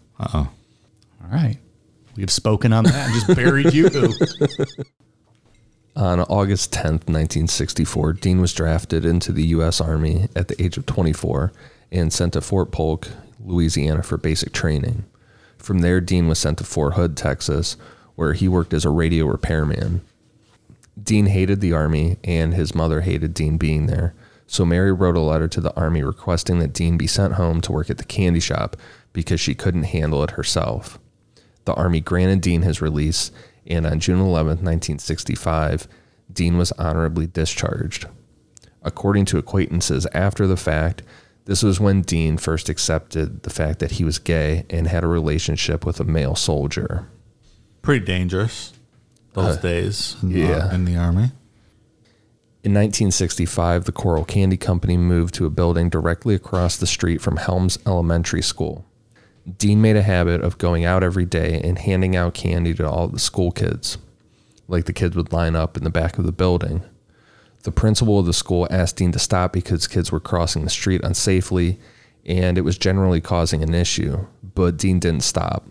All right. We've spoken on that and just buried you.
On August 10th, 1964, Dean was drafted into the U.S. Army at the age of 24 and sent to Fort Polk, Louisiana for basic training. From there, Dean was sent to Fort Hood, Texas, where he worked as a radio repairman. Dean hated the Army, and his mother hated Dean being there. So Mary wrote a letter to the Army requesting that Dean be sent home to work at the candy shop because she couldn't handle it herself. The Army granted Dean his release, and on June 11, 1965, Dean was honorably discharged. According to acquaintances after the fact, this was when Dean first accepted the fact that he was gay and had a relationship with a male soldier.
Pretty dangerous those
Uh,
days in,
yeah.
the, in the army.
In 1965, the Coral Candy Company moved to a building directly across the street from Helms Elementary School. Dean made a habit of going out every day and handing out candy to all the school kids. Like the kids would line up in the back of the building. The principal of the school asked Dean to stop because kids were crossing the street unsafely and it was generally causing an issue, but Dean didn't stop.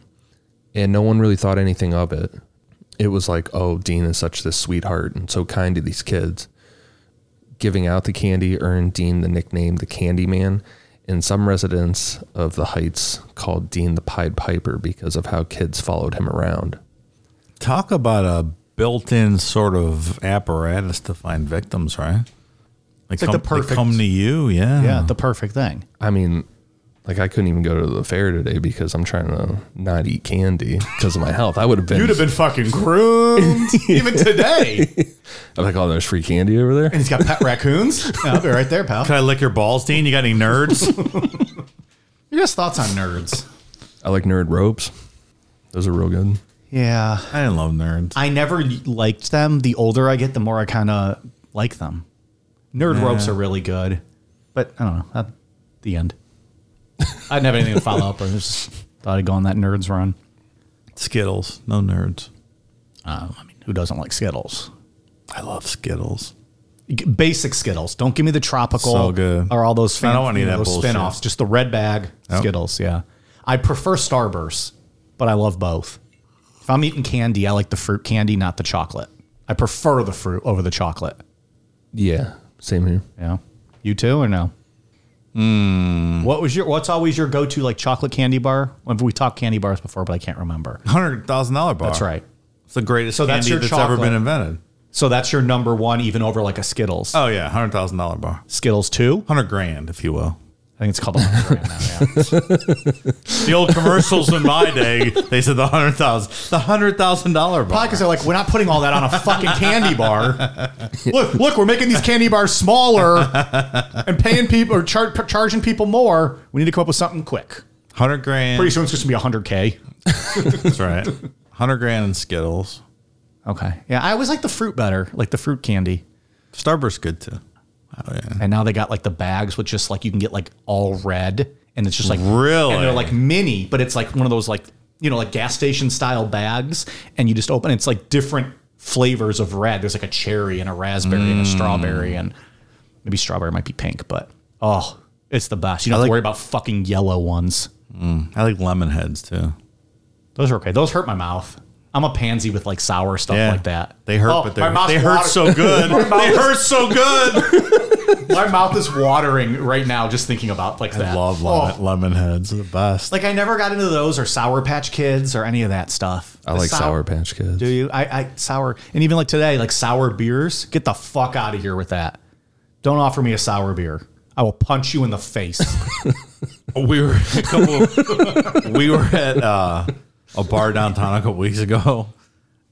And no one really thought anything of it. It was like, oh, Dean is such this sweetheart and so kind to these kids giving out the candy earned Dean the nickname the Candy Man, and some residents of the Heights called Dean the Pied Piper because of how kids followed him around.
Talk about a built-in sort of apparatus to find victims, right? They
like
come,
the perfect-
They come to you, yeah.
yeah, the perfect thing.
I mean, like I couldn't even go to the fair today because I'm trying to not eat candy because of my health. I would have been.
been fucking *laughs* groomed even today. And
I'm like, oh, there's free candy over there.
*laughs* he's got pet *laughs* raccoons. Yeah, I'll be right there, pal.
Can I lick your balls, Dean? You got any nerds?
*laughs* Your guys' thoughts on nerds?
I like nerd ropes. Those are real good.
Yeah.
I didn't love nerds.
I never liked them. The older I get, the more I kind of like them. Nerd ropes are really good, but I don't know. At the *laughs* end, I didn't have anything to follow up. I just thought I'd go on that nerds run.
Skittles, no nerds.
Um, I mean, who doesn't like Skittles?
I love Skittles.
Basic Skittles. Don't give me the tropical
So good.
or all those.
I don't want any of that
those
bullshit.
spinoffs. Just the red bag
Yep.
Skittles. Yeah, I prefer Starburst, but I love both. If I'm eating candy, I like the fruit candy, not the chocolate. I prefer the fruit over the chocolate.
Yeah, same here.
Yeah. You too, or no?
Hmm.
What was your? What's always your go-to like chocolate candy bar? Have we talked candy bars before? But I can't remember.
Hundred thousand dollar bar.
That's right.
It's the greatest
So that's
candy
your
that's ever
chocolate.
been invented.
So that's your number one, even over like a Skittles.
Oh yeah, hundred thousand dollar bar.
Skittles two.
Hundred grand, if you will.
I think it's
*laughs*
called. a hundred grand now, yeah.
The old commercials in my day, they said the hundred thousand, the hundred thousand dollar bar.
Probably because they're like, we're not putting all that on a fucking candy *laughs* bar. look, look, we're making these candy bars smaller and paying people or char- charging people more. We need to come up with something quick.
Hundred grand.
Pretty soon it's just gonna be hundred k.
That's right. Hundred grand in Skittles.
Okay. Yeah, I always like the fruit better, like the fruit candy.
Starburst good too. Oh yeah.
and now they got like the bags with just like you can get like all red and it's just like
Really?
and they're like mini but it's like one of those like you know like gas station style bags and you just open it's like different flavors of red there's like a cherry and a raspberry and a
Mm.
strawberry and maybe strawberry might be pink but oh it's the best you don't have to worry about fucking yellow ones
I like lemon heads too.
those are okay those hurt my mouth I'm a pansy with like sour stuff
Yeah.
like that.
They hurt,
Oh,
but
my
they're,
mouth's
they hurt
watering. *laughs*
so good. they hurt so good.
My mouth is watering right now just thinking about like that.
I love
Oh.
lemon, lemon heads. They're The best.
Like I never got into those or Sour Patch Kids or any of that stuff.
I like Sour Patch Kids.
Do you? I, I sour and even like today, like sour beers. Get the fuck out of here with that. Don't offer me a sour beer. I will punch you in the
*laughs*
face. oh,
we were a couple, *laughs* we were at uh, a bar downtown a couple weeks ago,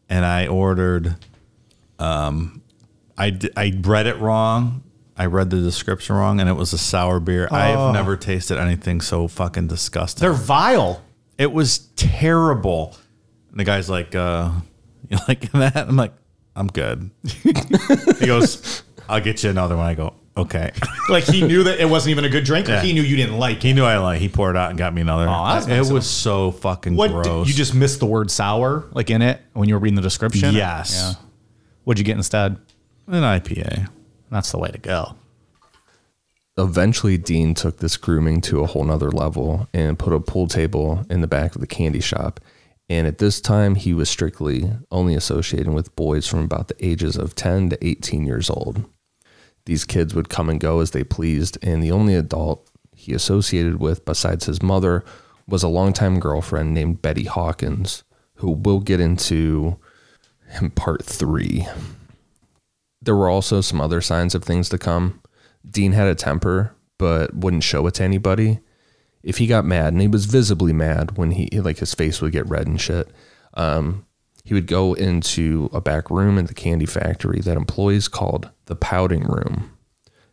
and I ordered. Um, I d- I read it wrong. I read the description wrong, and it was a sour beer. I've never tasted anything so fucking disgusting.
Oh. They're vile.
it was terrible. And the guy's like, uh, *laughs* "You like that?" I'm like, "I'm good." *laughs* he goes, "I'll get you another one." I go, "Okay."
Like he knew that it wasn't even a good drink. Like
Yeah.
he knew you didn't like it. Oh,
He knew I like. He poured out and got me another.
that's
it
nice of him.
was so fucking
What did-
gross.
you just missed the word sour like in it when you were reading the description?
yes,
Yeah. What'd you get instead?
an IPA.
That's the way to go.
eventually Dean took this grooming to a whole nother level and put a pool table in the back of the candy shop. And at this time, he was strictly only associating with boys from about the ages of 10 to 18 years old. These kids would come and go as they pleased, and the only adult he associated with, besides his mother, was a longtime girlfriend named Betty Hawkins, who we'll get into in part three. There were also some other signs of things to come. Dean had a temper, but wouldn't show it to anybody. If he got mad, and he was visibly mad when he, like, his face would get red and shit, um, he would go into a back room at the candy factory that employees called the pouting room.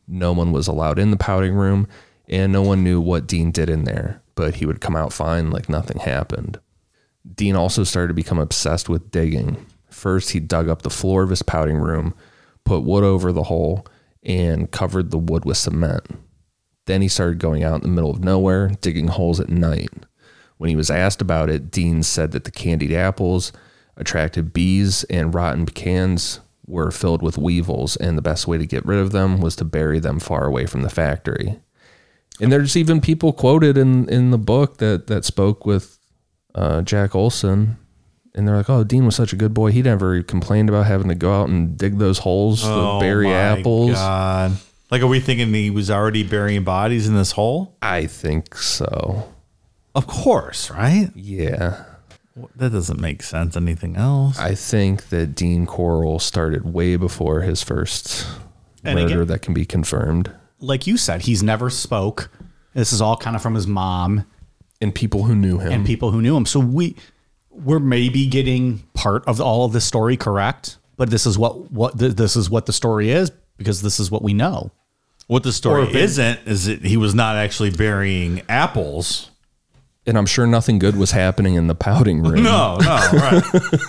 No one was allowed in the pouting room, and no one knew what Dean did in there, but he would come out fine like nothing happened. Dean also started to become obsessed with digging. First, he dug up the floor of his pouting room, put wood over the hole, and covered the wood with cement. Then he started going out in the middle of nowhere, digging holes at night. When he was asked about it, Dean said that the candied apples attracted bees and rotten pecans were filled with weevils, and the best way to get rid of them was to bury them far away from the factory. And there's even people quoted in, in the book that, that spoke with uh, Jack Olson, and they're like, "Oh, Dean was such a good boy. He never complained about having to go out and dig those holes to bury
Oh my
apples."
God. Like, are we thinking he was already burying bodies in this hole?
I think so.
Of course, right?
Yeah,
That doesn't make sense. Anything else?
I think that Dean Coral started way before his first
And
murder
again-
that can be confirmed,
Like you said, he's never spoke. This is all kind of from his mom
and people who knew him.
and people who knew him. So we we're maybe getting part of all of the story correct, but this is what what th- this is what the story is because this is what we know.
What the
Or
story
if it-
isn't is that he was not actually burying apples.
and I'm sure nothing good was happening in the
*laughs*
pouting room.
No, no,
*laughs*
right.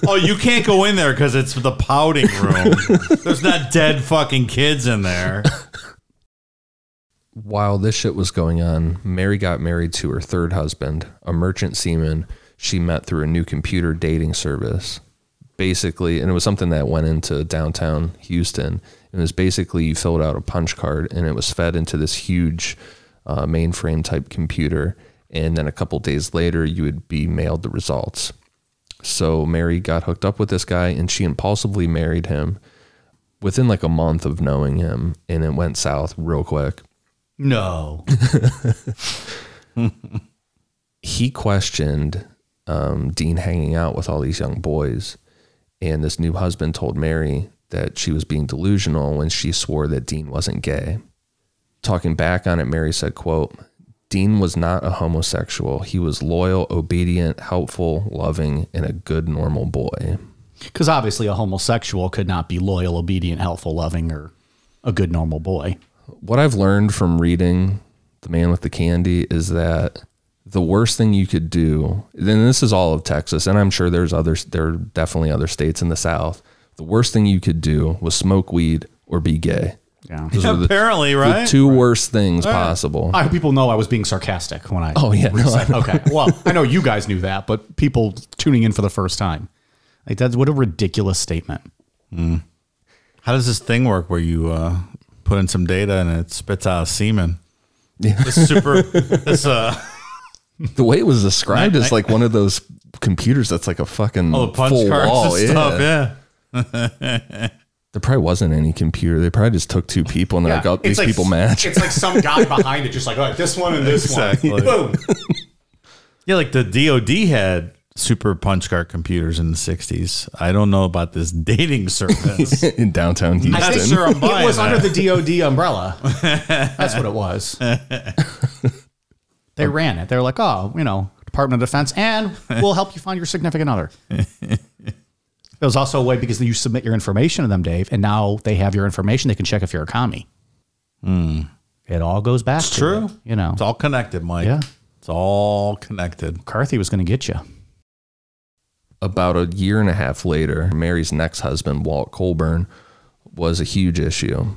oh, you can't go in there because it's the pouting room. There's not dead fucking kids in there.
While this shit was going on, Mary got married to her third husband, a merchant seaman she met through a new computer dating service. Basically, and it was something that went into downtown Houston. It was basically you filled out a punch card and it was fed into this huge uh, mainframe type computer. And then a couple days later, you would be mailed the results. So Mary got hooked up with this guy and she impulsively married him within like a month of knowing him. And it went south real quick.
No.
he questioned um, Dean hanging out with all these young boys. And this new husband told Mary that she was being delusional when she swore that Dean wasn't gay. Talking back on it, Mary said, quote, Dean was not a homosexual. He was loyal, obedient, helpful, loving, and a good normal boy.
Cuz obviously a homosexual could not be loyal, obedient, helpful, loving or a good normal boy.
what I've learned from reading The Man with the Candy is that the worst thing you could do, and this is all of Texas, and I'm sure there's others, there are definitely other states in the South. The worst thing you could do was smoke weed or be gay.
Yeah.
Those were the,
Apparently, *laughs*
the
right?
two worst things possible.
I hope people know I was being sarcastic when I
oh, yeah. no, I-
okay. Well, I know you guys knew that, but people tuning in for the first time. Like that's what a ridiculous statement.
How does this thing work where you uh, put in some data and it spits out semen? Yeah. This super. This uh.
the way it was described is like one of those computers that's like a fucking
All the punch
full
cards
wall.
and
yeah.
stuff. Yeah.
There probably wasn't any computer. They probably just took two people and they're like, oh, these people match.
It's like some guy behind it, just like, all right, this one and this
Exactly.
one. Boom.
Yeah, like the DOD had super punch card computers in the '60s. I don't know about this dating *laughs* service.
*laughs* in downtown Houston.
I think
sure I'm
*laughs*
buying
it was
that.
under the DOD *laughs* umbrella. That's what it was. *laughs* They ran it. They're like, oh, you know, Department of Defense, and we'll help you find your significant *laughs* other. It was also a way because you submit your information to them, Dave, and now they have your information. They can check if you're a commie. Hmm. It all goes back. to
true.
it, you know,
It's all connected, Mike.
Yeah.
It's all connected.
McCarthy was going to get you.
about a year and a half later, Mary's next husband, Walt Colburn, was a huge issue.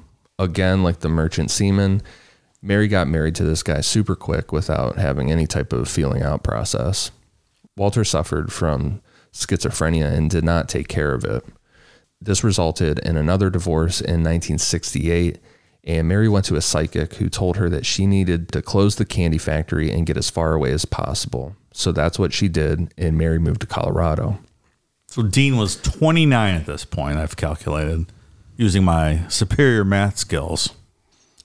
Again, like the merchant seaman, Mary got married to this guy super quick without having any type of feeling out process. Walter suffered from schizophrenia and did not take care of it. This resulted in another divorce in 1968 And Mary went to a psychic who told her that she needed to close the candy factory and get as far away as possible. So that's what she did. And Mary moved to Colorado.
So Dean was 29 at this point, I've calculated, using my superior math skills.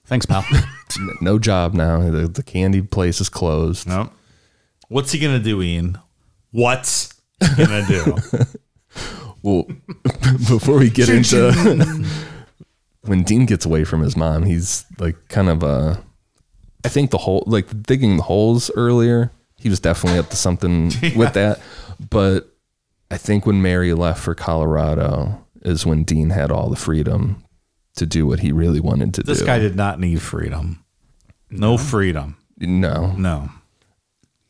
Thanks,
*laughs*
pal.
N- No job now. The, the candy place is closed.
No. What's he going to do, Ian? What's he going to do?
Well, *laughs* before we get into *laughs* when Dean gets away from his mom, he's like kind of uh I think the hole like digging the holes earlier, he was definitely up
*laughs*
to something with that. But I think when Mary left for Colorado is when Dean had all the freedom to do what he really wanted to
this
do.
guy did not need freedom. No freedom.
no.
No.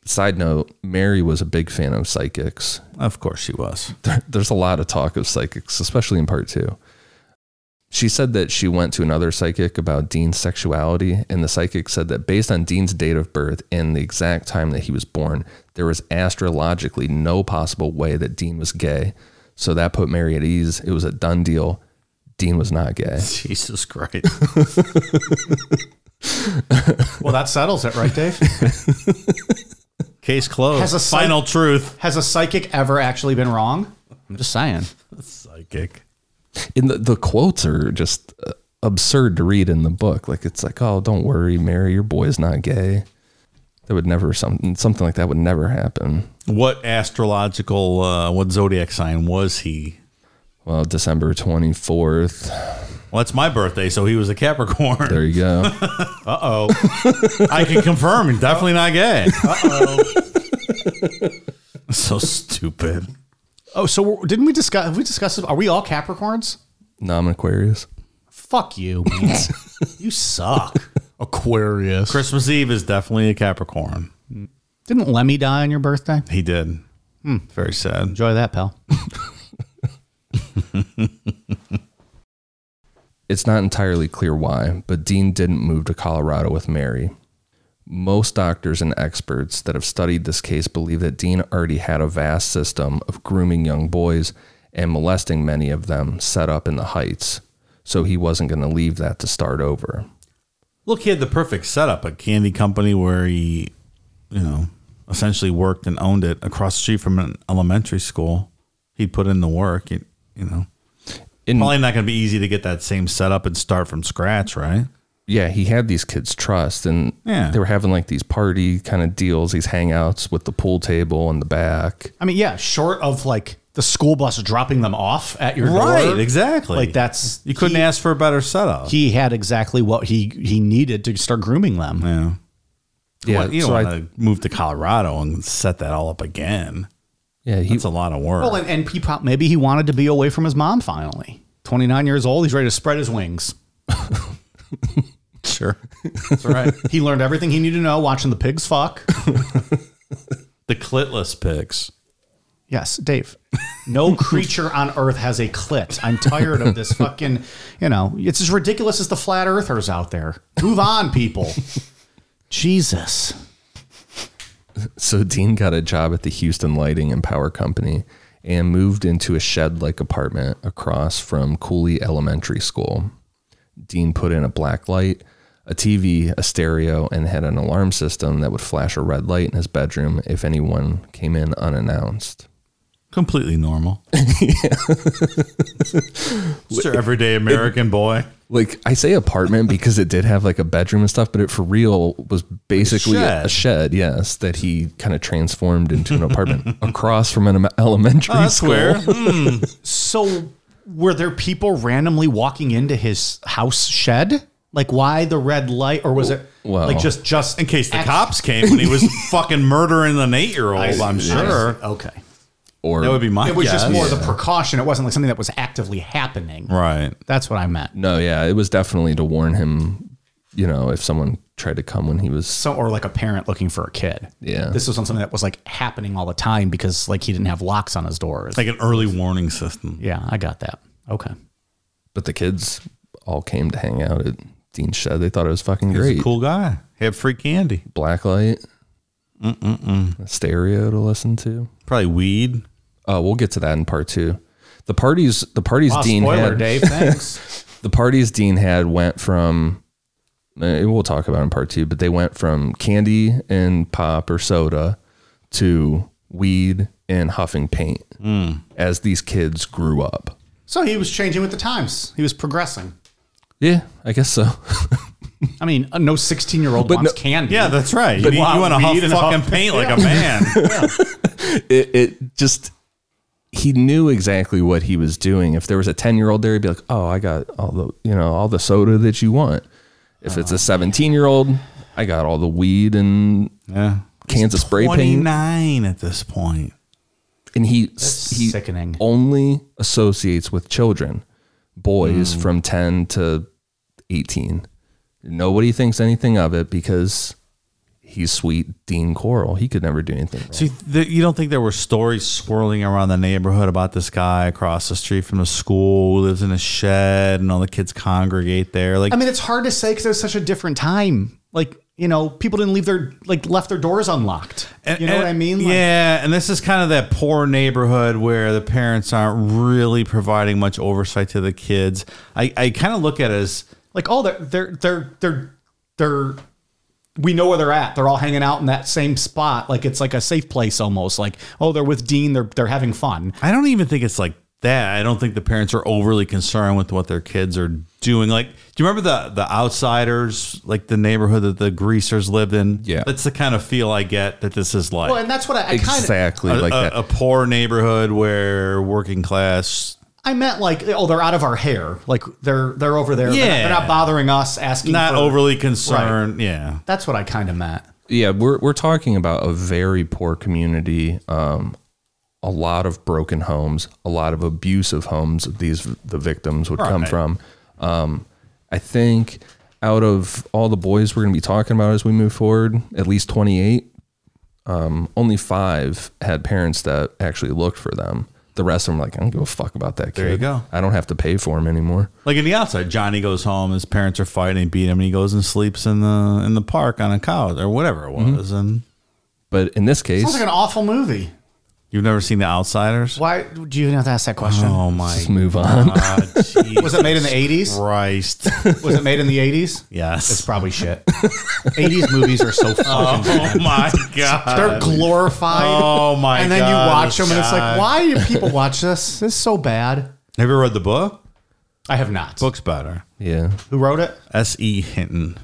Side note, Mary was a big fan of psychics.
Of course he was.
there- there's a lot of talk of psychics, especially in part two. She said that she went to another psychic about Dean's sexuality, and the psychic said that based on Dean's date of birth and the exact time that he was born, there was astrologically no possible way that Dean was gay. So that put Mary at ease. It was a done deal. Dean was not gay.
Jesus Christ.
well, that settles it, right,
*laughs*
Dave?
Case closed.
Has a psych-
Final truth.
Has a psychic ever actually been wrong? I'm just saying.
Psychic.
And the, the quotes are just uh, absurd to read in the book. Like it's like, oh, don't worry, Mary, your boy's not gay. That would never something something like that would never happen.
What astrological, uh, what zodiac sign was he?
Well, December 24th.
Well, that's my birthday, so he was a Capricorn.
There you
*laughs*
go.
Uh oh. I can confirm he's definitely not gay. Uh oh. *laughs* so stupid.
Oh, so we're- didn't we discuss? Have we discussed? Are we all Capricorns?
no, I'm an Aquarius.
Fuck you, *laughs* man. you suck. Aquarius. Chris,
Christmas Eve is definitely a Capricorn.
didn't Lemmy die on your birthday?
He did. Very sad.
Enjoy that, pal.
It's not entirely clear why, but Dean didn't move to Colorado with Mary. Most doctors and experts that have studied this case believe that Dean already had a vast system of grooming young boys and molesting many of them set up in the Heights, so he wasn't going to leave that to start over.
Look, he had the perfect setup a candy company where he, you know, essentially worked and owned it across the street from an elementary school. He put in the work, you, you know.
In-
Probably not going to be easy to get that same setup and start from scratch, right?
yeah, he had these kids trust and
Yeah.
they were having like these party kind of deals, these hangouts with the pool table in the back.
I mean, yeah, short of like the school bus dropping them off at your door.
Right, exactly.
Like that's
You couldn't
he-
ask for a better setup.
He had exactly what he he needed to start grooming them.
yeah.
Yeah,
Well, you don't
so I-
want to move to Colorado and set that all up again.
Yeah, he,
It's a lot of work.
Well, and, and he prob- maybe he wanted to be away from his mom finally. 29 years old, he's ready to spread his *laughs* wings.
sure.
That's right. he learned everything he needed to know watching the pigs fuck.
The clitless picks.
Yes, Dave. *laughs* No creature on earth has a clit. I'm tired of this fucking, you know, it's as ridiculous as the flat earthers out there. Move on, people. Jesus.
so Dean got a job at the Houston Lighting and Power Company and moved into a shed-like apartment across from Cooley Elementary School. Dean put in a black light, a TV, a stereo, and had an alarm system that would flash a red light in his bedroom if anyone came in unannounced.
Completely normal. Just your everyday American boy.
Like I say apartment because it did have like a bedroom and stuff, but it for real was basically a,
Shed.
a shed, yes, that he kind of transformed into an
*laughs*
apartment across from an em- elementary
Oh, That's
school.
where.
So, were there people randomly walking into his house shed? Like, why the red light? Or was it
Well-
like just, just
In case the
Act-
cops came and he was fucking murdering an eight year old, I'm sure.
Okay.
Or
That would be my
It was just
guess.
more the precaution. It wasn't like something that was actively happening.
Right.
That's what I meant.
No, yeah, it was definitely to warn him, you know, if someone tried to come when he was.
so or like a parent looking for a kid.
Yeah.
This was on something that was like happening all the time because like he didn't have locks on his doors.
Like an early warning system.
yeah, I got that. Okay.
But the kids all came to hang out at Dean's shed. They thought it was fucking
He's
great.
a cool guy. Had free candy.
Black light, a stereo to listen to.
Probably weed.
Uh, we'll get to that in part two. The parties, the parties
Oh,
Dean
spoiler,
had,
Dave. Thanks.
the parties Dean had went from eh, we'll talk about it in part two, but they went from candy and pop or soda to weed and huffing paint as these kids grew up.
So he was changing with the times. He was progressing.
Yeah, I guess so.
*laughs*
*laughs*
I mean, uh, no 16 year old
But
wants
no-
candy.
Yeah, that's right.
But
you
wow,
want to
weed and
huff fucking
huff-
paint like a man.
it, it just he knew exactly what he was doing. If there was a ten year old there, he'd be like, "Oh, I got all the you know all the soda that you want." If
Oh,
it's a seventeen year old, I got all the weed and
yeah.
cans of spray paint.
29 at this point.
And he he
sickening.
only associates with children, boys from ten to eighteen. Nobody thinks anything of it because he's sweet Dean Coral. He could never do anything. Wrong.
So you, th- you don't think there were stories swirling around the neighborhood about this guy across the street from the school who lives in a shed and all the kids congregate there? Like,
I mean, it's hard to say because it was such a different time. Like, you know, people didn't leave their, like, left their doors unlocked.
And-
you know
and-
what I mean? Like,
yeah, and this is kind of that poor neighborhood where the parents aren't really providing much oversight to the kids. I, I kind of look at it as
Like, all their, they're, they're, they're, they're, we know where they're at. They're all hanging out in that same spot. Like, it's like a safe place almost. Like, oh, they're with Dean. They're, they're having fun.
I don't even think it's like that. I don't think the parents are overly concerned with what their kids are doing. Like, do you remember the the outsiders, like the neighborhood that the greasers lived in?
Yeah.
that's the kind of feel I get that this is like.
Well, and that's what I, I kind of,
Exactly
a,
like
a-
that.
a poor neighborhood where working class.
I meant like, oh, they're out of our hair. Like, they're, they're over there. They're, not,
Yeah.
they're not bothering us asking.
Not
for-
overly concerned, yeah.
That's what I kind of meant.
yeah, we're we're talking about a very poor community. Um, a lot of broken homes, a lot of abusive homes. that These the victims would come
Right.
from. Um, I think out of all the boys we're going to be talking about as we move forward, at least twenty eight. Um, only five had parents that actually looked for them. The rest of them were like, I don't give a fuck about that kid.
There you go.
I don't have to pay for him anymore.
Like in the outside, Johnny goes home. His parents are fighting, beat him, and he goes and sleeps in the in the park on a couch or whatever it was. And
But in this case,
Sounds like an awful movie.
you've never seen The Outsiders?
Why do you even have to ask that question?
Oh my
*laughs* let's move on.
*laughs* god!
Was it made in the
*laughs*
80s?
Christ?
Was it made in the 80s? It's
*laughs*
Yes.
probably
*laughs*
shit. 80s movies are so fucking.
Oh my god!
They're glorified.
Oh my!
and then you
God,
watch them and it's like,
God.
why do people watch this? This is so bad.
Have you read the book?
I have not.
Book's better.
yeah.
Who wrote it?
S. E. Hinton.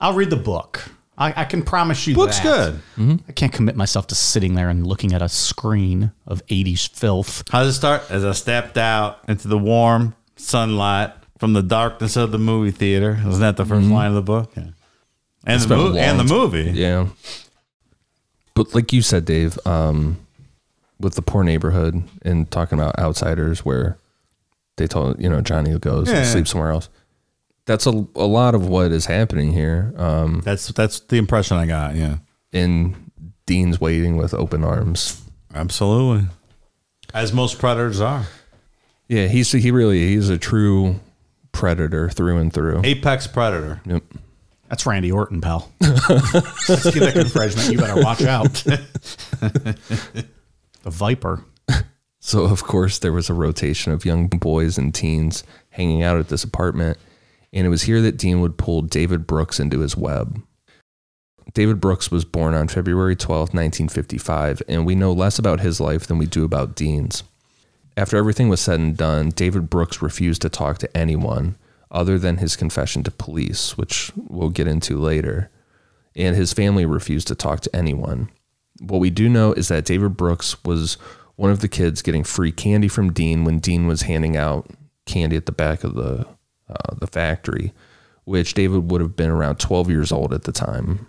I'll read the book. I, I can promise you
Book's
that.
good.
I can't commit myself to sitting there and looking at a screen of 80s filth.
How does it start? As I stepped out into the warm sunlight from the darkness of the movie theater. Isn't that the 1st line of the book? Yeah. And, the,
been a
mo- and the
long time.
movie.
Yeah. But like you said, Dave, um, with the poor neighborhood and talking about outsiders where they told, you know, Johnny goes
Yeah.
and sleeps somewhere else. That's a, a lot of what is happening here. Um,
That's that's the impression I got. Yeah,
and Dean's waiting with open arms.
absolutely. As most predators are,
Yeah. He's, he really, he's a true predator through and through.
apex predator.
Yep.
That's Randy Orton, pal. Let's get that infringement. You better *laughs* watch out. the Viper.
So, of course, there was a rotation of young boys and teens hanging out at this apartment. And it was here that Dean would pull David Brooks into his web. David Brooks was born on February 12, 1955, and we know less about his life than we do about Dean's. After everything was said and done, David Brooks refused to talk to anyone other than his confession to police, which we'll get into later. And his family refused to talk to anyone. What we do know is that David Brooks was one of the kids getting free candy from Dean when Dean was handing out candy at the back of the uh, the factory, which David would have been around 12 years old at the time.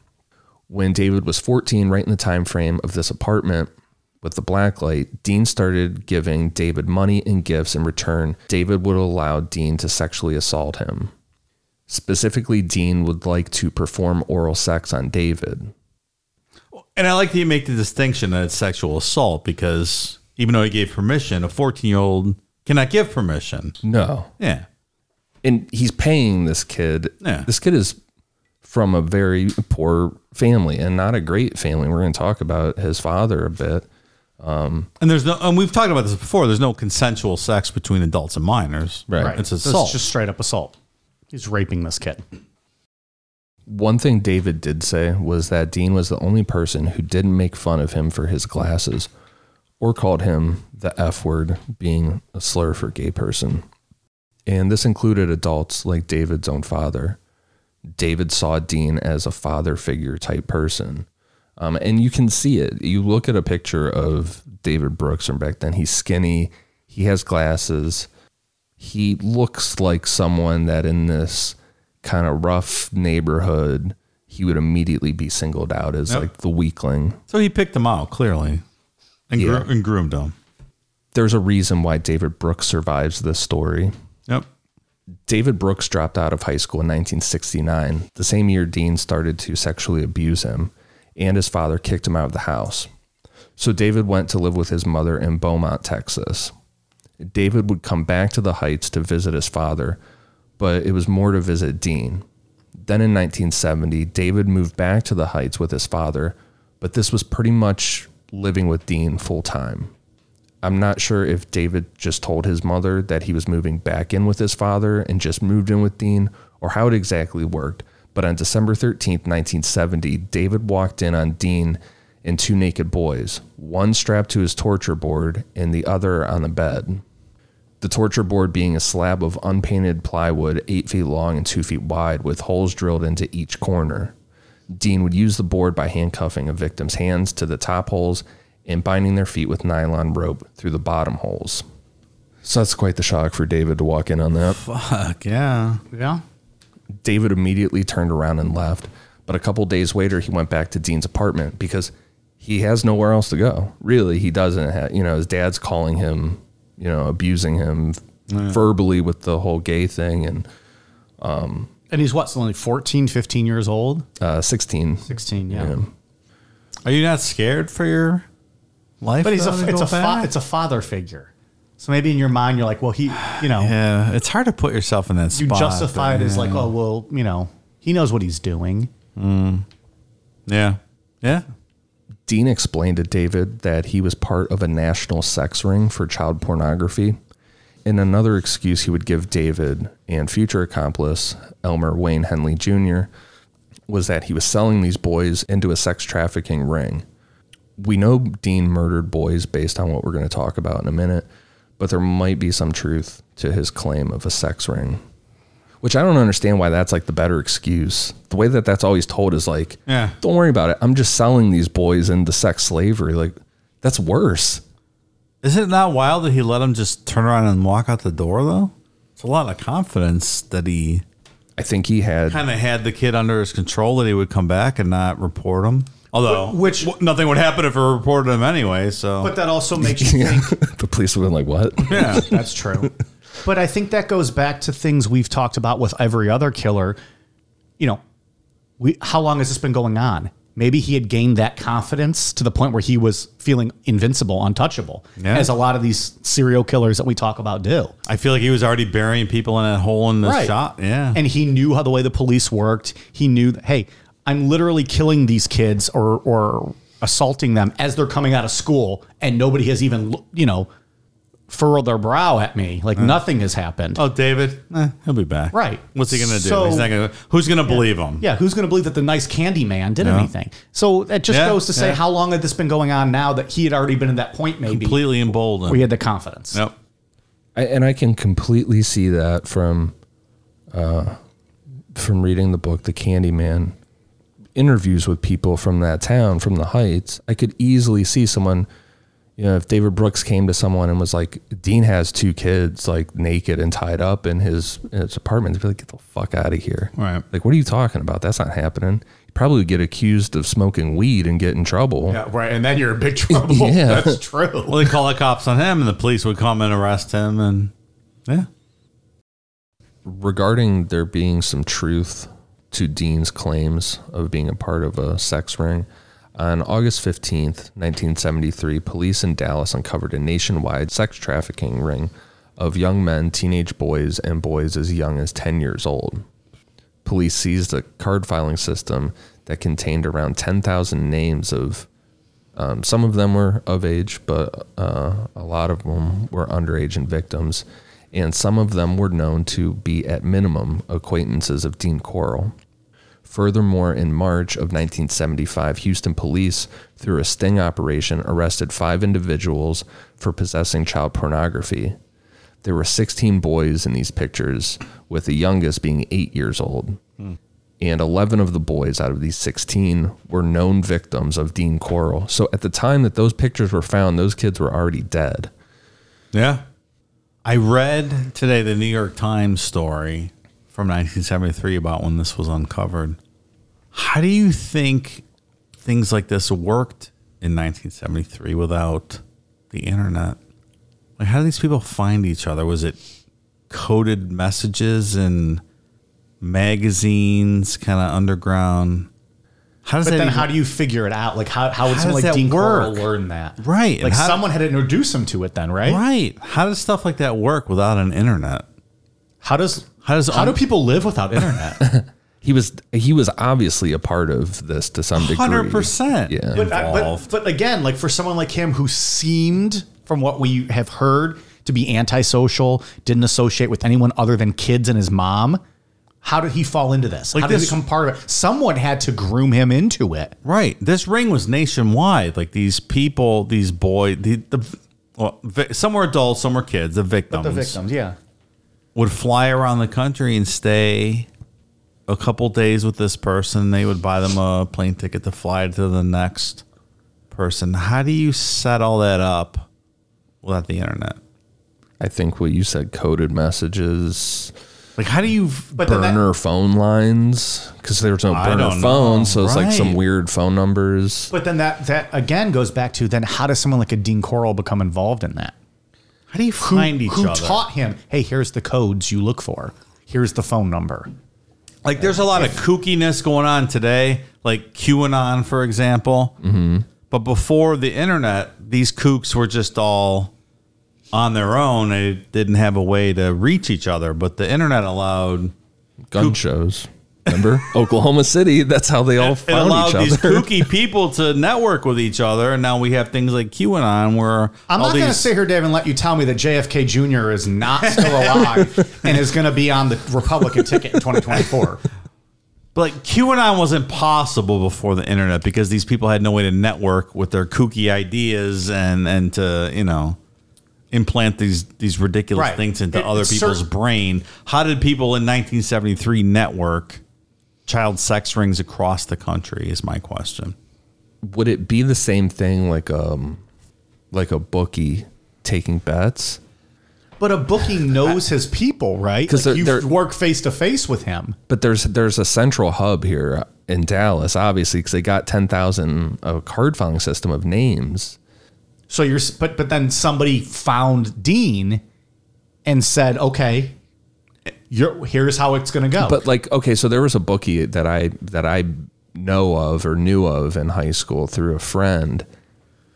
When David was 14, right in the time frame of this apartment with the black light, Dean started giving David money and gifts in return. David would allow Dean to sexually assault him. Specifically, Dean would like to perform oral sex on David.
And I like that you make the distinction that it's sexual assault because even though he gave permission, a fourteen-year-old cannot give permission.
No,
Yeah,
and he's paying this kid.
Yeah.
This kid is from a very poor family and not a great family. We're going to talk about his father a bit.
and there's no. And we've talked about this before. There's no consensual sex between adults and minors.
Right.
It's
So
assault.
just straight up assault. He's raping this kid.
One thing David did say was that Dean was the only person who didn't make fun of him for his glasses or called him the F word, being a slur for gay person. And this included adults like David's own father. David saw Dean as a father figure type person. Um, and you can see it. You look at a picture of David Brooks from back then. He's skinny, he has glasses, he looks like someone that in this kind of rough neighborhood, he would immediately be singled out as
Yep.
like the weakling.
So he picked them out clearly, and,
Yeah.
gro- and groomed them.
There's a reason why David Brooks survives this story.
Yep.
David Brooks dropped out of high school in 1969, the same year Dean started to sexually abuse him, and his father kicked him out of the house. So David went to live with his mother in Beaumont, Texas. David would come back to the Heights to visit his father, but it was more to visit Dean. Then in 1970, David moved back to the Heights with his father, but this was pretty much living with Dean full time. I'm not sure if David just told his mother that he was moving back in with his father and just moved in with Dean or how it exactly worked. But on December 13th, 1970, David walked in on Dean and two naked boys, one strapped to his torture board and the other on a bed. The torture board being a slab of unpainted plywood, eight feet long and two feet wide, with holes drilled into each corner. Dean would use the board by handcuffing a victim's hands to the top holes and binding their feet with nylon rope through the bottom holes. So that's quite the shock for David to walk in on that.
Fuck yeah.
Yeah.
David immediately turned around and left. But a couple days later, he went back to Dean's apartment because he has nowhere else to go. Really, he doesn't have, you know, his dad's calling him, you know, abusing him verbally with the whole gay thing and
And he's what, only 14, 15 years old?
uh, 16.
16, yeah.
Are you not scared for your life?
But he's
though,
a,
to
it's,
go
a fa-
back?
it's a father figure. So maybe in your mind, you're like, well, he, you know,
yeah. It's hard to put yourself in that
you
spot.
justify it
but
as like,
yeah.
oh, well, you know, he knows what he's doing.
yeah, yeah.
Dean explained to David that he was part of a national sex ring for child pornography. And another excuse he would give David and future accomplice Elmer Wayne Henley Jr. was that he was selling these boys into a sex trafficking ring. We know Dean murdered boys based on what we're going to talk about in a minute, but there might be some truth to his claim of a sex ring, which I don't understand why that's like the better excuse. The way that that's always told is like,
Yeah.
don't worry about it. I'm just selling these boys into sex slavery. Like, that's worse.
Is it not wild that he let him just turn around and walk out the door though? It's a lot of confidence that he
I think he had
kind of had the kid under his control that he would come back and not report him. Although,
Which-
wh- nothing would happen if it reported him anyway. So,
But that also
*laughs*
makes you think
the police would have been like,
*laughs*
what?
yeah,
That's true. *laughs* but I think that goes back to things we've talked about with every other killer. You know, we how long has this been going on? Maybe he had gained that confidence to the point where he was feeling invincible, untouchable,
Yeah.
as a lot of these serial killers that we talk about do.
I feel like he was already burying people in that hole in the shot. Yeah,
And he knew how the way the police worked. He knew, that, hey, I'm literally killing these kids or or assaulting them as they're coming out of school, and nobody has even you know furrowed their brow at me. Like nothing has happened.
oh, David, eh, he'll be back.
Right.
What's he gonna do?
So-
He's not gonna. Who's gonna believe him?
Yeah, who's going to believe that the nice candy man did
Yeah.
anything? So that just
Yeah,
goes to say
yeah.
how long had this been going on now that he had already been at that point, maybe
completely emboldened.
where he had the confidence.
Yep.
I, and I can completely see that from uh, from reading the book The Candyman interviews with people from that town from the heights I could easily see someone you know if David Brooks came to someone and was like Dean has two kids like naked and tied up in his in his apartment they'd be like get the fuck out of here
Right.
like what are you talking about that's not happening you probably would get accused of smoking weed and get in trouble
right. And then you're in big *laughs* trouble.
*laughs* Yeah. That's
true.
Well, they call the cops on him, and the police would come and arrest him, and yeah,
regarding there being some truth to Dean's claims of being a part of a sex ring, on August 15th, 1973, police in Dallas uncovered a nationwide sex trafficking ring of young men, teenage boys, and boys as young as 10 years old. Police seized a card filing system that contained around 10,000 names of um, some of them were of age, but uh, a lot of them were underage and victims. And some of them were known to be, at minimum, acquaintances of Dean Coral. Furthermore, in March of 1975, Houston police, through a sting operation, arrested five individuals for possessing child pornography. There were 16 boys in these pictures, with the youngest being eight years old. And 11 of the boys out of these 16 were known victims of Dean Coral. So at the time that those pictures were found, those kids were already dead.
Yeah. I read today the New York Times story from 1973 about when this was uncovered. How do you think things like this worked in 1973 without the internet? Like, how do these people find each other? Was it coded messages and magazines, kind of underground? How does
But
that
then,
even-
how do you figure it out? Like, how, how would
How
someone
does
like
that
Dean Coral
work?
learn that?
Right, and
Like,
how-
someone had to introduce him to it then, right?
right? How does stuff like that work without an internet?
How does
How does
how
un-
do people live without
*laughs*
internet?
He was he was obviously a part of this to some degree.
100%.
Yeah.
But-
I-
involved.
But, but again, like for someone like him who seemed, from what we have heard, to be antisocial, didn't associate with anyone other than kids and his mom. How did he fall into this?
Like
how did
this-
he become part of it? Someone had to groom him into it.
Right. This ring was nationwide. Like these people, these boy, the, the well, vi- some were adults, some were kids. The victims,
yeah.
would fly around the country and stay a couple days with this person. They would buy them a plane ticket to fly to the next person. How do you set all that up without the internet?
I think what you said coded messages,
Like, how do you?
But then that-
burner phone lines because there's no
I
burner
don't know.
phone, so it's like some
Right.
weird phone numbers.
But then that that again goes back to then how does someone like a Dean Coral become involved in that?
how do you
Who,
find each
who
other?
taught him? Hey, here's the codes you look for. Here's the phone number.
like there's a lot of kookiness going on today, like QAnon, for example. But before the internet, these kooks were just all on their own. They didn't have a way to reach each other. But the internet allowed
Gun shows. Remember *laughs* Oklahoma City? That's how they all
it allowed
found each
these
other.
kooky people to network with each other. And now we have things like QAnon, where
*laughs* I'm
all
not
these,
going to sit here, Dave, and let you tell me that JFK Jr. is not *laughs* still alive and is going to be on the Republican ticket in 2024.
But like QAnon wasn't possible before the internet because these people had no way to network with their kooky ideas and and to you know implant these these ridiculous
Right.
things into
It-
other
it's
people's
certain-
brain. How did people in 1973 network child sex rings across the country? Is my question.
Would it be the same thing like um like a bookie taking bets?
But a
*sighs*
bookie knows his people, right?
'Cause
Like,
they're-
you
they're-
work face to face with him.
But there's there's a central hub here in Dallas, obviously, because they got ten thousand a card filing system of names.
So you're, s- but but then somebody found Dean and said, "Okay, you're, here's how it's going to go."
But like, okay, so there was a bookie that I that I know of or knew of in high school through a friend.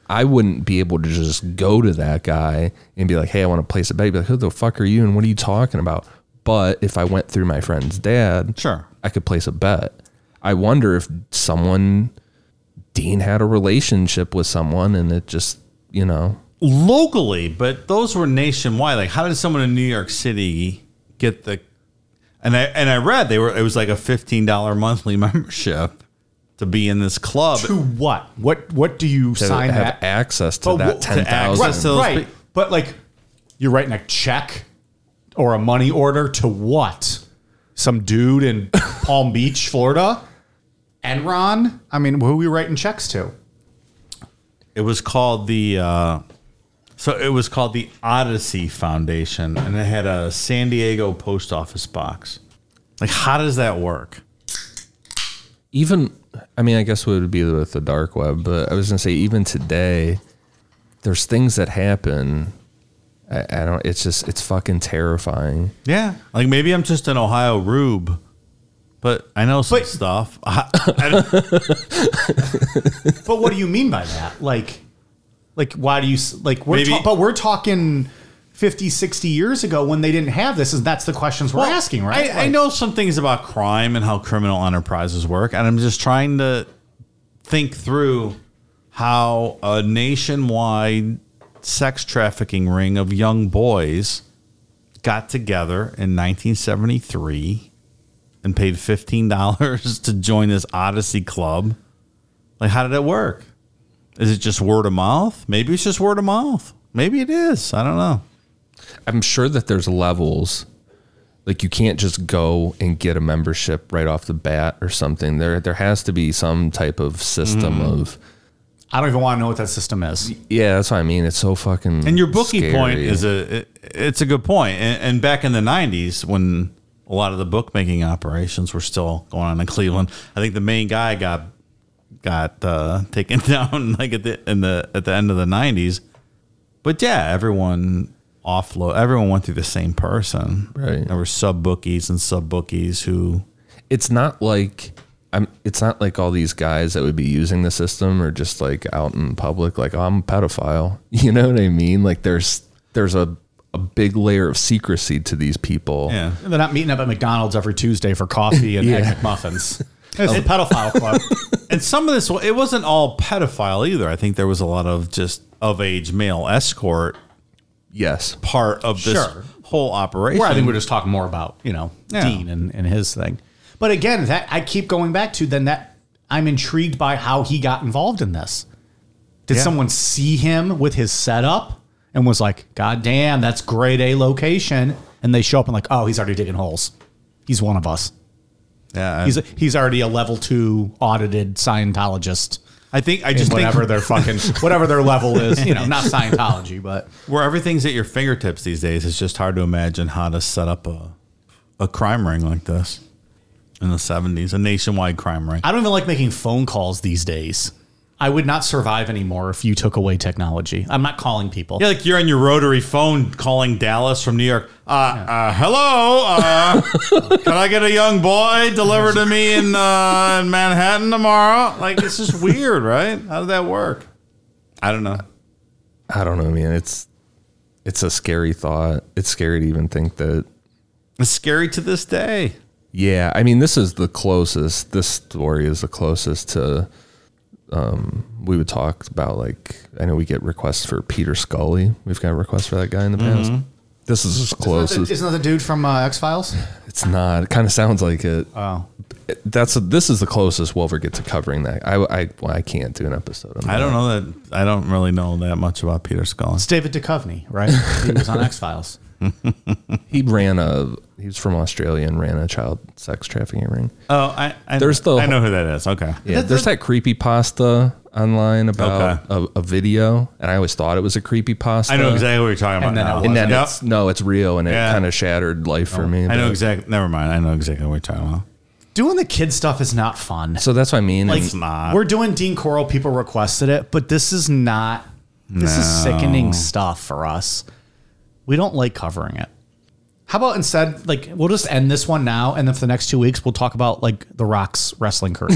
I wouldn't be able to just go to that guy and be like, "Hey, I want to place a bet." He'd be like, "Who the fuck are you? And what are you talking about?" But if I went through my friend's dad,
Sure.
I could place a bet. I wonder if someone Dean had a relationship with someone, and it just you know
locally, but those were nationwide. Like, how did someone in New York City get the? And I and I read they were it was like a fifteen dollar monthly *laughs* membership to be in this
*laughs*
club
to what? What what do you
to
sign
have
that?
access to
But
that
what- to
ten
Right,
access to-
thousand.
those
right.
pe-
But like, you're writing a check or a money order to what? Some dude in Palm Beach, Florida? Enron? I mean, who are we writing checks to?
It was called the. Uh, so it was called the Odyssey Foundation, and it had a San Diego post office box. Like, how does that work?
even I mean, I guess it would be with the dark web, but I was gonna say even today, there's things that happen. I, I don't. It's just it's fucking terrifying.
Yeah, like maybe I'm just an Ohio rube, but I know some stuff. I, I don't-
But what do you mean by that? Like, like why do you s- like? We're
Maybe-
ta- but we're talking 50, 60 years ago when they didn't have this, and that's the questions we're
Well,
asking, right?
I, I
Like,
know some things about crime and how criminal enterprises work, and I'm just trying to think through how a nationwide sex trafficking ring of young boys got together in 1973. and paid fifteen dollars *laughs* to join this Odyssey Club. Like, how did it work? Is it just word of mouth? Maybe it's just word of mouth. Maybe it is. I don't know.
I'm sure that there's levels. Like you can't just go and get a membership right off the bat or something. There there has to be some type of system
Mm-hmm.
of
I don't even want to know what that system is.
Yeah, that's what I mean. It's so fucking
And your bookie
scary.
point is a it- it's a good point. And, and back in the '90s, when a lot of the bookmaking operations were still going on in Cleveland, I think the main guy got got uh, *laughs* taken down like at the in the at the end of the '90s. But yeah, everyone offload. Everyone went through the same person.
Right.
There were sub bookies and sub bookies who
it's not like I'm it's not like all these guys that would be using the system are just like out in public like oh, I'm a pedophile. *laughs* You know what I mean? Like there's there's a a big layer of secrecy to these people.
yeah.
They're not meeting up at McDonald's every Tuesday for coffee *laughs* and egg McMuffins. It's a pedophile club.
And some of this, it wasn't all pedophile either. I think there was a lot of just of age male escort
Yes.
part of this
Sure.
whole operation.
Where I think we're just talking more about, you know,
Yeah.
Dean and, and his thing. But again, that I keep going back to then that I'm intrigued by how he got involved in this. Did
Yeah.
someone see him with his setup and was like, God damn, that's grade A location? And they show up and like, oh, he's already digging holes. He's one of us.
yeah, I-
He's he's already a level two audited Scientologist.
I think I
Just
just
whatever
think
their fucking whatever their level is, you know, not Scientology, but
*laughs* where everything's at your fingertips these days, it's just hard to imagine how to set up a a crime ring like this in the seventies, a nationwide crime ring.
I don't even like making phone calls these days. I would not survive anymore if you took away technology. I'm not calling people.
Yeah, like you're on your rotary phone calling Dallas from New York. Uh, uh,
*laughs*
hello, uh, can I get a young boy delivered to me in, uh, in Manhattan tomorrow? Like it's
*laughs*
just weird, right? How did that work? I don't know.
I don't know, man. It's it's a scary thought. It's scary to even think that.
It's scary to this day.
Yeah, I mean, this is the closest. This story is the closest to. Um, we would talk about like I know we get requests for Peter Scully. We've got requests for that guy in the past. This is as close as
that the dude from uh, X Files?
it's not. It kind of sounds like it. Oh, that's a, this is the closest we'll ever get to covering that. I I, well, I can't do an episode. On
I don't
that.
know that. I don't really know that much about Peter Scullin.
It's David Duchovny, right? he was
*laughs*
on X Files.
He ran a. He was from Australia and ran a child sex trafficking ring.
Oh, I, I
There's the-
I know who that is. Okay.
Yeah, there's that creepy pasta online about a, a video, and I always thought it was a creepy pasta.
I know exactly what you're talking about.
And then
now.
it
And then
Yep.
it's, no, it's real, and
Yeah. Oh,
it kind of shattered life for me.
I know
but-
exactly. Never mind. I know exactly what you're talking about.
Doing the kid stuff is not fun.
So that's what I mean.
Like,
and
not.
we're doing Dean Coral. People requested it, but this is not. This is sickening stuff for us. We don't like covering it. How about instead, like, we'll just end this one now, and then for the next two weeks, we'll talk about like The Rock's wrestling
*laughs*
career.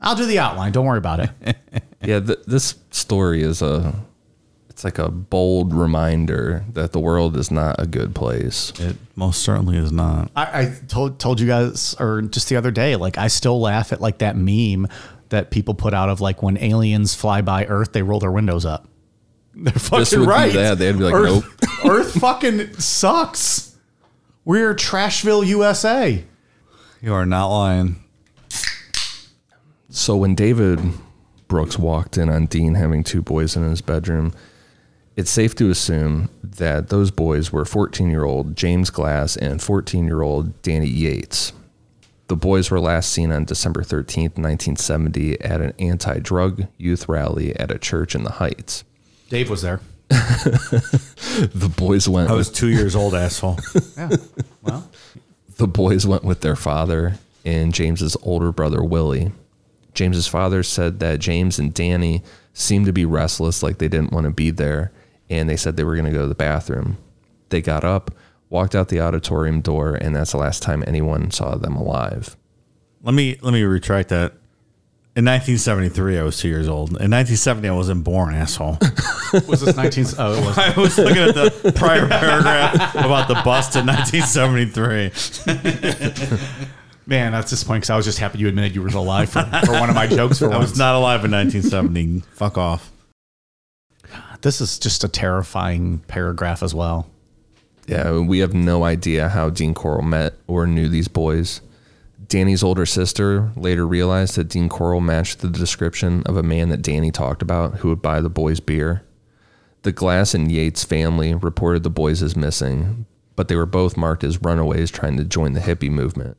I'll do the outline. Don't worry about it.
yeah, th- this story is a. It's like a bold reminder that the world is not a good place.
It most certainly is not.
I, I told told you guys, or just the other day, like I still laugh at like that meme that people put out of like when aliens fly by Earth, they roll their windows up. *laughs* They're fucking
would do
right.
that. They'd be like,
Earth, *laughs*
nope.
Earth fucking sucks. We're Trashville, USA.
You are not lying.
So when David Brooks walked in on Dean having two boys in his bedroom, it's safe to assume that those boys were 14 year old James Glass and 14 year old Danny Yates. The boys were last seen on December 13th, 1970, at an anti drug youth rally at a church in the Heights.
Dave was there.
*laughs* The boys went.
I was two years old, asshole.
the boys went with their father and James's older brother Willie. James's father said that James and Danny seemed to be restless, like they didn't want to be there, and they said they were going to go to the bathroom. They got up, walked out the auditorium door, and that's the last time anyone saw them alive.
*laughs* Let me let me retract that. In 1973, I was two years old. In 1970, I wasn't born, asshole. *laughs*
Was this 19? Oh, it was.
I was looking at the prior paragraph about the bust in 1973.
Man, that's disappointing because I was just happy you admitted you were alive for, for one of my jokes. For
I
once.
was not alive in 1970. Fuck off.
This is just a terrifying paragraph as well.
Yeah, we have no idea how Dean Coral met or knew these boys. Danny's older sister later realized that Dean Coral matched the description of a man that Danny talked about who would buy the boys beer. The Glass and Yates family reported the boys as missing, but they were both marked as runaways trying to join the hippie movement.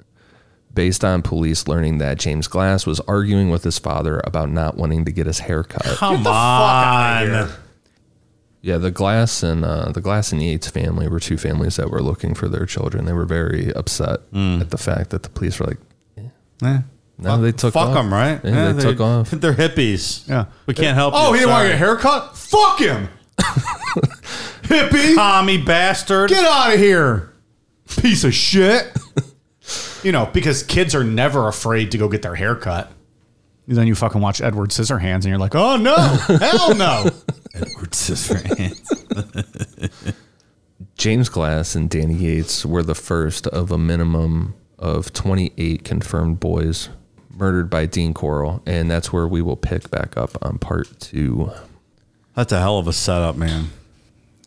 Based on police learning that James Glass was arguing with his father about not wanting to get his hair cut.
Come on.
Yeah, the Glass and uh, the Glass and Yates family were two families that were looking for their children. They were very upset at the fact that the police were like,
Yeah.
"No, they took
Mm. fuck
off.
'em, right?
Yeah, they took
*laughs*
off.
They're hippies.
Yeah.
We can't help you.
Oh, he didn't want to
Sorry.
get a haircut? Fuck
*laughs*
him. Hippie.
Tommy bastard. *laughs*
Get out of here. Piece of shit.
You know, because kids are never afraid to go get their hair cut. Then you fucking watch Edward Scissorhands and you're like, oh *laughs* no, hell no.
James Glass and Danny Yates were the first of a minimum of 28 confirmed boys murdered by Dean Coral, and that's where we will pick back up on part two.
That's a hell of a setup, man.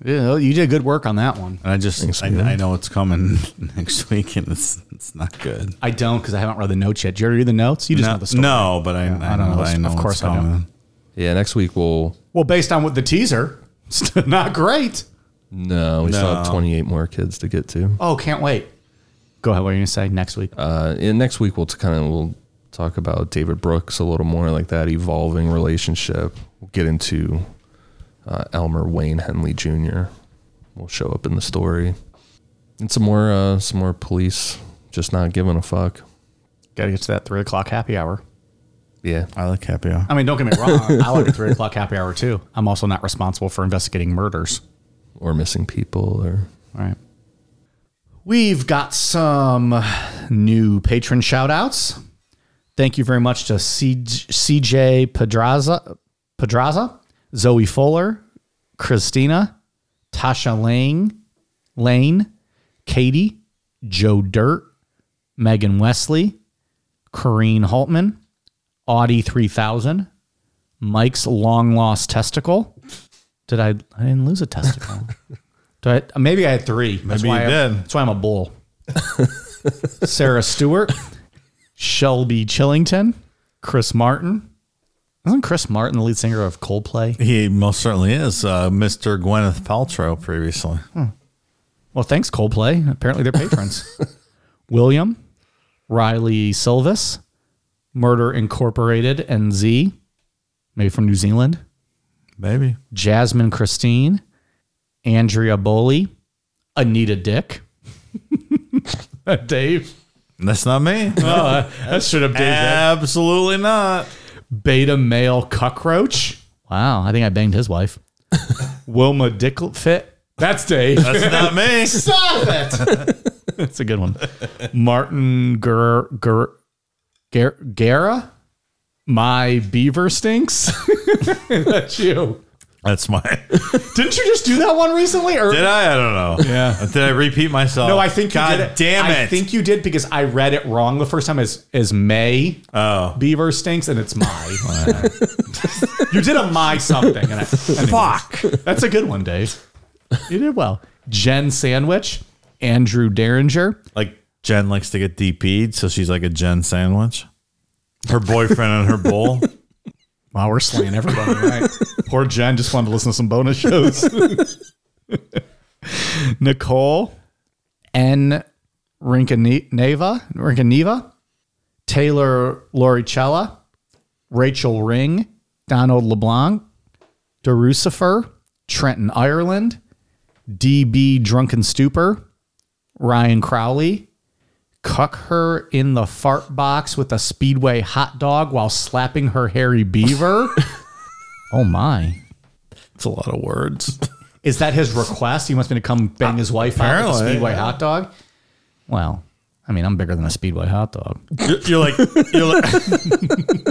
Yeah, you did good work on that one.
And I just, I, I know it's coming *laughs* next week, and it's it's not good.
I don't because I haven't read the notes yet. Did you read the notes? You just know
No,
the story.
no, but I, I,
I don't
know,
know.
I know.
Of
it's
course I don't.
coming.
Yeah, next week we'll
Well, based on what the teaser, *laughs* it's not great.
no, we still have 28 more kids to get to.
Oh, can't wait. Go ahead. What are you going to say next week?
Uh, and next week we'll kind of we'll talk about David Brooks a little more, like that evolving relationship. We'll get into uh, Elmer Wayne Henley Jr. will show up in the story, and some more uh, some more police just not giving a fuck.
Got to get to that three o'clock happy hour.
Yeah,
I like happy hour.
I mean, don't get me wrong. I like a three o'clock happy hour too. I'm also not responsible for investigating murders.
or missing people, or
All right. We've got some new patron shout outs. Thank you very much to CJ CJ Pedraza, Pedraza, Zoe Fuller, Christina, Tasha Lang, Lane, Katie, Joe Dirt, Megan Wesley, Corrine Holtman, Audie 3000, Mike's long lost testicle. Did I? I didn't lose a
*laughs*
testicle. Did I, maybe I had three. That's
Maybe
why
you
I-
did.
That's why I'm a bull.
*laughs*
Sarah Stewart, Shelby Chillington, Chris Martin. Isn't Chris Martin the lead singer of Coldplay?
He most certainly is uh, Mr. Gwyneth Paltrow previously.
Well, thanks, Coldplay. Apparently, they're patrons. William, Riley Silvis, Murder Incorporated, and Z, maybe from New Zealand.
Maybe.
Jasmine Christine, Andrea Boley, Anita Dick, *laughs* Dave.
That's not
*laughs*
me.
That should have
Absolutely not.
Beta male cockroach. Wow, I think I banged his wife. Wilma Dickletfit. That's Dave.
That's
*laughs*
not me.
Stop it.
*laughs*
That's a good one. Martin Ger, Ger, Ger, Guerra. My beaver stinks. *laughs* That's you.
That's mine.
Didn't you just do that one recently? Or
Did I? I don't know.
Yeah.
Did I repeat myself?
no, I think
God
you did it.
damn it.
I think you did because I read it wrong the first time as as May.
oh.
Beaver stinks and it's my. *laughs* you did a my something. And I, Fuck. That's a good one, Dave. You did well. Jen Sandwich, Andrew Derringer,
Like Jen likes to get DP'd, so she's like a Jen sandwich. Her boyfriend and her bull.
Wow, we're slaying everybody, right? Poor Jen just wanted to listen to some bonus shows. *laughs* Nicole N. Rinkaneva, Rinkaneva, Taylor Loricella, Rachel Ring, Donald LeBlanc, DeRucifer, Trenton Ireland, DB Drunken Stupor, Ryan Crowley, cuck her in the fart box with a speedway hot dog while slapping her hairy beaver. *laughs* oh my.
It's a lot of words.
Is that his request? He wants me to come bang his wife out with a
Apparently,
speedway
yeah.
hot dog? Well, I mean, I'm bigger than a speedway hot dog.
You're, you're like you're like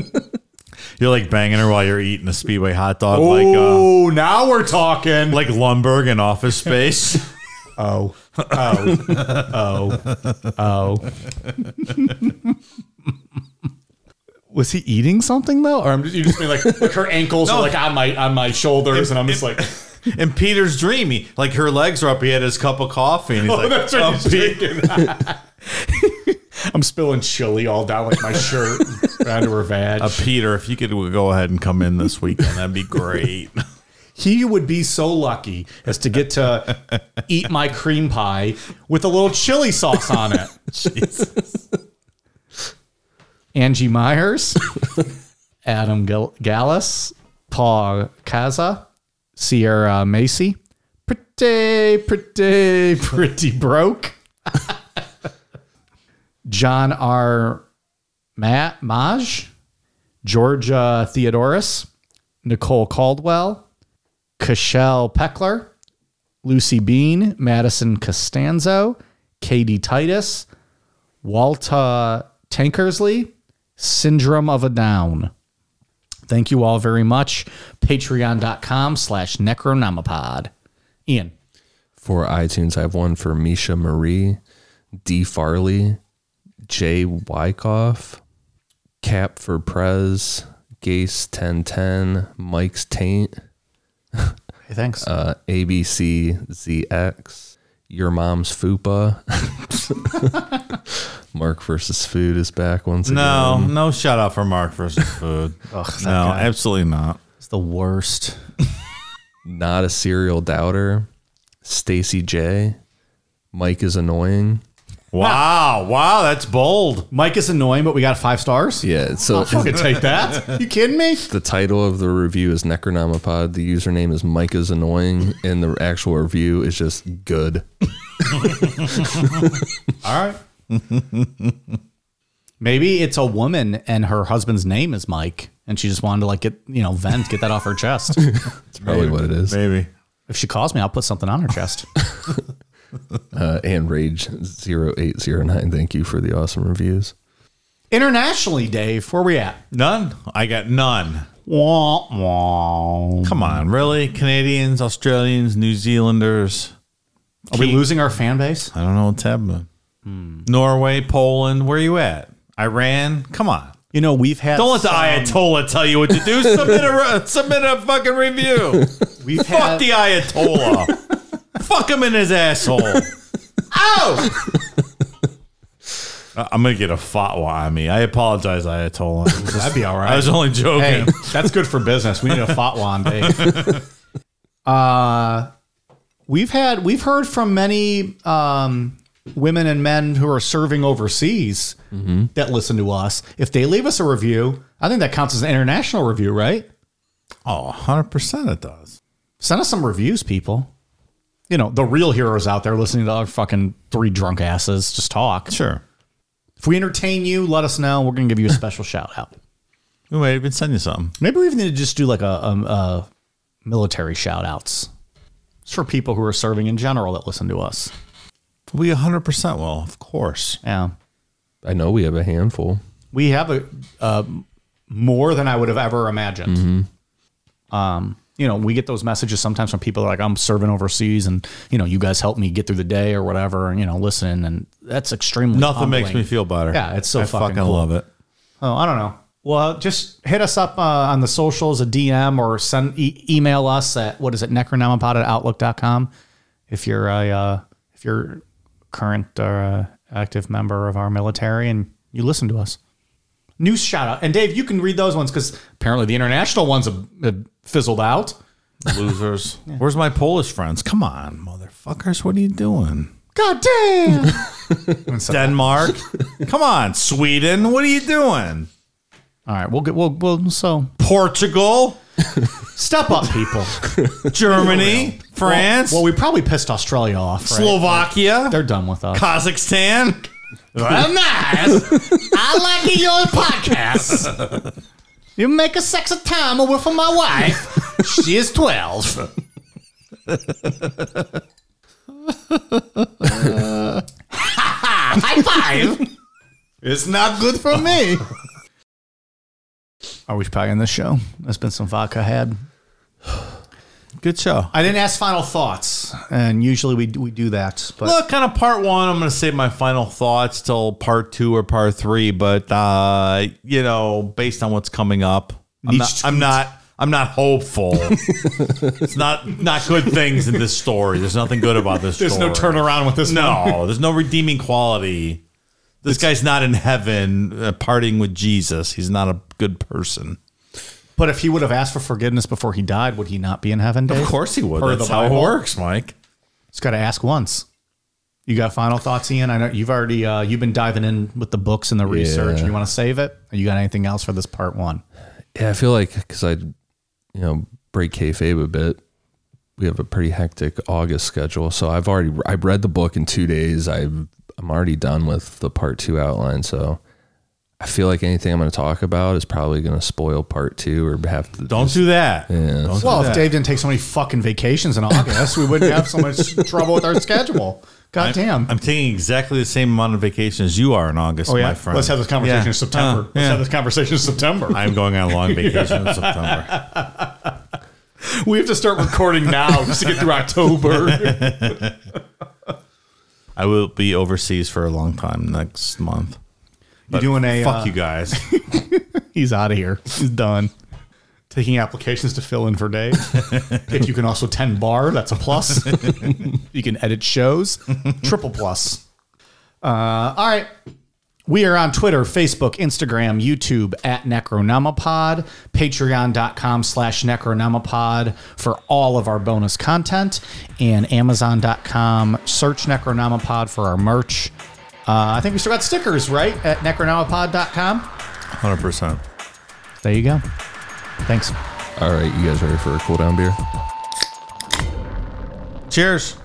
*laughs* you're like banging her while you're eating a Speedway hot dog, like
Oh, now we're talking.
uh, like Lumberg in Office Space.
*laughs* Oh, oh, oh, oh. Was he eating something though, or I'm just, you just mean like, like her ankles are like on my on my shoulders, and I'm just like,
and Peter's dreamy,
*laughs* Oh,
"Oh, like her legs are up. He had his cup of coffee, and he's like,
that's right,
"Oh,
he's
Pete."
I'm spilling chili all down like my shirt *laughs* onto her vag.
Uh, Peter, if you could go ahead and come in this weekend, that'd be great.
He would be so lucky as to get to eat my cream pie with a little chili sauce on it. Angie Myers, Adam Gal- Gallus, Paul Kaza, Sierra Macy, pretty, pretty, pretty broke. *laughs* John R. Matt Maj, Georgia Theodorus, Nicole Caldwell, Cashel Peckler, Lucy Bean, Madison Costanzo, Katie Titus, Walta Tankersley, Syndrome of a Down. Thank you all very much. Patreon.com slash Necronomipod. Ian.
For iTunes, I have one for Misha Marie, D. Farley, Jay Wyckoff, Cap for Prez, Gase 1010, Mike's Taint,
Hey, thanks.
uh, ABCZX, Your Mom's Fupa. *laughs* Mark versus Food is back once again.
No, no shout out for Mark versus food. no, absolutely not.
it's the worst.
Not a Serial Doubter, Stacy J, Mike is Annoying.
Wow, wow, that's bold.
Mike is annoying, but we got five stars.
Yeah, so
I'm going to take that. You kidding me?
The title of the review is Necronomipod. The username is Mike is annoying, and the actual review is just good.
All right. Maybe it's a woman and her husband's name is Mike, and she just wanted to like get you know vent, get that off her *laughs* chest.
That's probably what it is.
Maybe.
if she calls me, I'll put something on her chest.
Uh, and Rage 0809. Thank you for the awesome reviews.
Internationally, Dave, where we at?
None. I got none.
Wah, wah.
Come on, really? Canadians, Australians, New Zealanders.
Are we losing our fan base?
I don't know what's happening. Norway, Poland, where you at? Iran? Come on.
You know, we've had
Don't let the Ayatollah tell you what to do. Submit a *laughs* submit a fucking review.
we've
Fuck the
*laughs*
Ayatollah. Fuck him in his asshole. Ow! I- Uh, I'm gonna get a fatwa on me. I apologize, Ayatollah. It was just-
*laughs* That'd be all right.
I was only joking.
Hey, that's good for business. We need a eh? fatwa on Dave. *laughs* Uh, we've had we've heard from many um, women and men who are serving overseas that listen to us. If they leave us a review, I think that counts as an international review, right?
Oh, 100% it does.
Send us some reviews, people. You know, the real heroes out there listening to our fucking three drunk asses just talk.
Sure.
If we entertain you, let us know. We're going to give you a special *laughs* shout out.
We might even send you something.
Maybe we even need to just do like a, a, a military shout outs. It's for people who are serving in general that listen to us.
We 100% will, of course.
Yeah.
I know we have a handful.
We have a, a more than I would have ever imagined.
Mm-hmm.
Um, you know, we get those messages sometimes from people like I'm serving overseas and, you know, you guys help me get through the day or whatever, and, you know, listen. And that's extremely
Nothing makes me
humbling.
feel better.
Yeah, it's so
I
fucking
fucking,
cool.
love it.
Oh, I don't know. Well, just hit us up uh, on the socials, a DM, or send e- email us at what is it, necronomipod at outlook.com if you're a uh, if you're current or uh, active member of our military and you listen to us. News shout out. And Dave, you can read those ones because apparently the international ones have, have fizzled out.
*laughs* Losers. Where's my Polish friends? Come on, motherfuckers. What are you doing?
God damn.
*laughs*
*laughs*
Denmark? Come on, Sweden. What are you doing?
All right, we'll get we'll we'll so
Portugal?
step up, people.
Germany? France?
well, we probably pissed Australia off. Right?
Slovakia?
They're done with us.
Kazakhstan?
Well, nice. I like your podcast. You make a sexy time over for my wife. She is *laughs* 12. High five.
It's not good for me.
Are we probably in this show? That's been some vodka had.
Good show.
I didn't ask final thoughts, and usually we, we do that. But
Look, kind of part one, I'm going to save my final thoughts till part two or part three. But uh, you know, based on what's coming up, I'm not, I'm not, I'm not *laughs* hopeful. it's not not good things in this story. There's nothing good about this. There's story. *laughs*
with this.
No, there's no redeeming quality This guy's not in heaven uh, partying with Jesus. He's not a good person.
But if he would have asked for forgiveness before he died, would he not be in heaven? Dave?
Of course he would.
Per
That's
the
how it
Bible.
works, Mike.
Just got to ask once. You got final thoughts, Ian? I know you've already uh, you've been diving in with the books and the research.
Yeah.
You want to save it? Or you got anything else for this part one?
Yeah, I feel like because I, you know, break kayfabe a bit. We have a pretty hectic August schedule, so I've already I have read the book in two days. I've I'm already done with the part two outline, so I feel like anything I'm going to talk about is probably going to spoil part two or have to.
Don't do that. Don't do
Well,
that.
if Dave didn't take so many fucking vacations in August, we wouldn't have so
*laughs*
much trouble with our schedule. God damn.
I'm taking exactly the same amount of vacation as you are in August,
oh yeah.
my friend.
Let's have this conversation
Yeah.
in September.
Uh,
Let's
yeah.
have this conversation in September.
*laughs* I'm going on a
*laughs*
long vacation in September.
we have to start recording now just to get *laughs* through October.
I will be overseas for a long time next month.
You're doing a
Fuck
uh, *laughs*
you guys.
He's out of here. He's done. Taking applications to fill in for Dave. if you can also tend bar, that's a plus. you can edit shows, triple plus. Uh, all right. We are on Twitter, Facebook, Instagram, YouTube at Necronomapod, patreon.com slash Necronomapod for all of our bonus content, and amazon.com search Necronomapod for our merch. Uh, I think we still got stickers, right? At necronomapod.com.
100%.
There you go. Thanks.
All right, you guys ready for a cool down beer?
Cheers.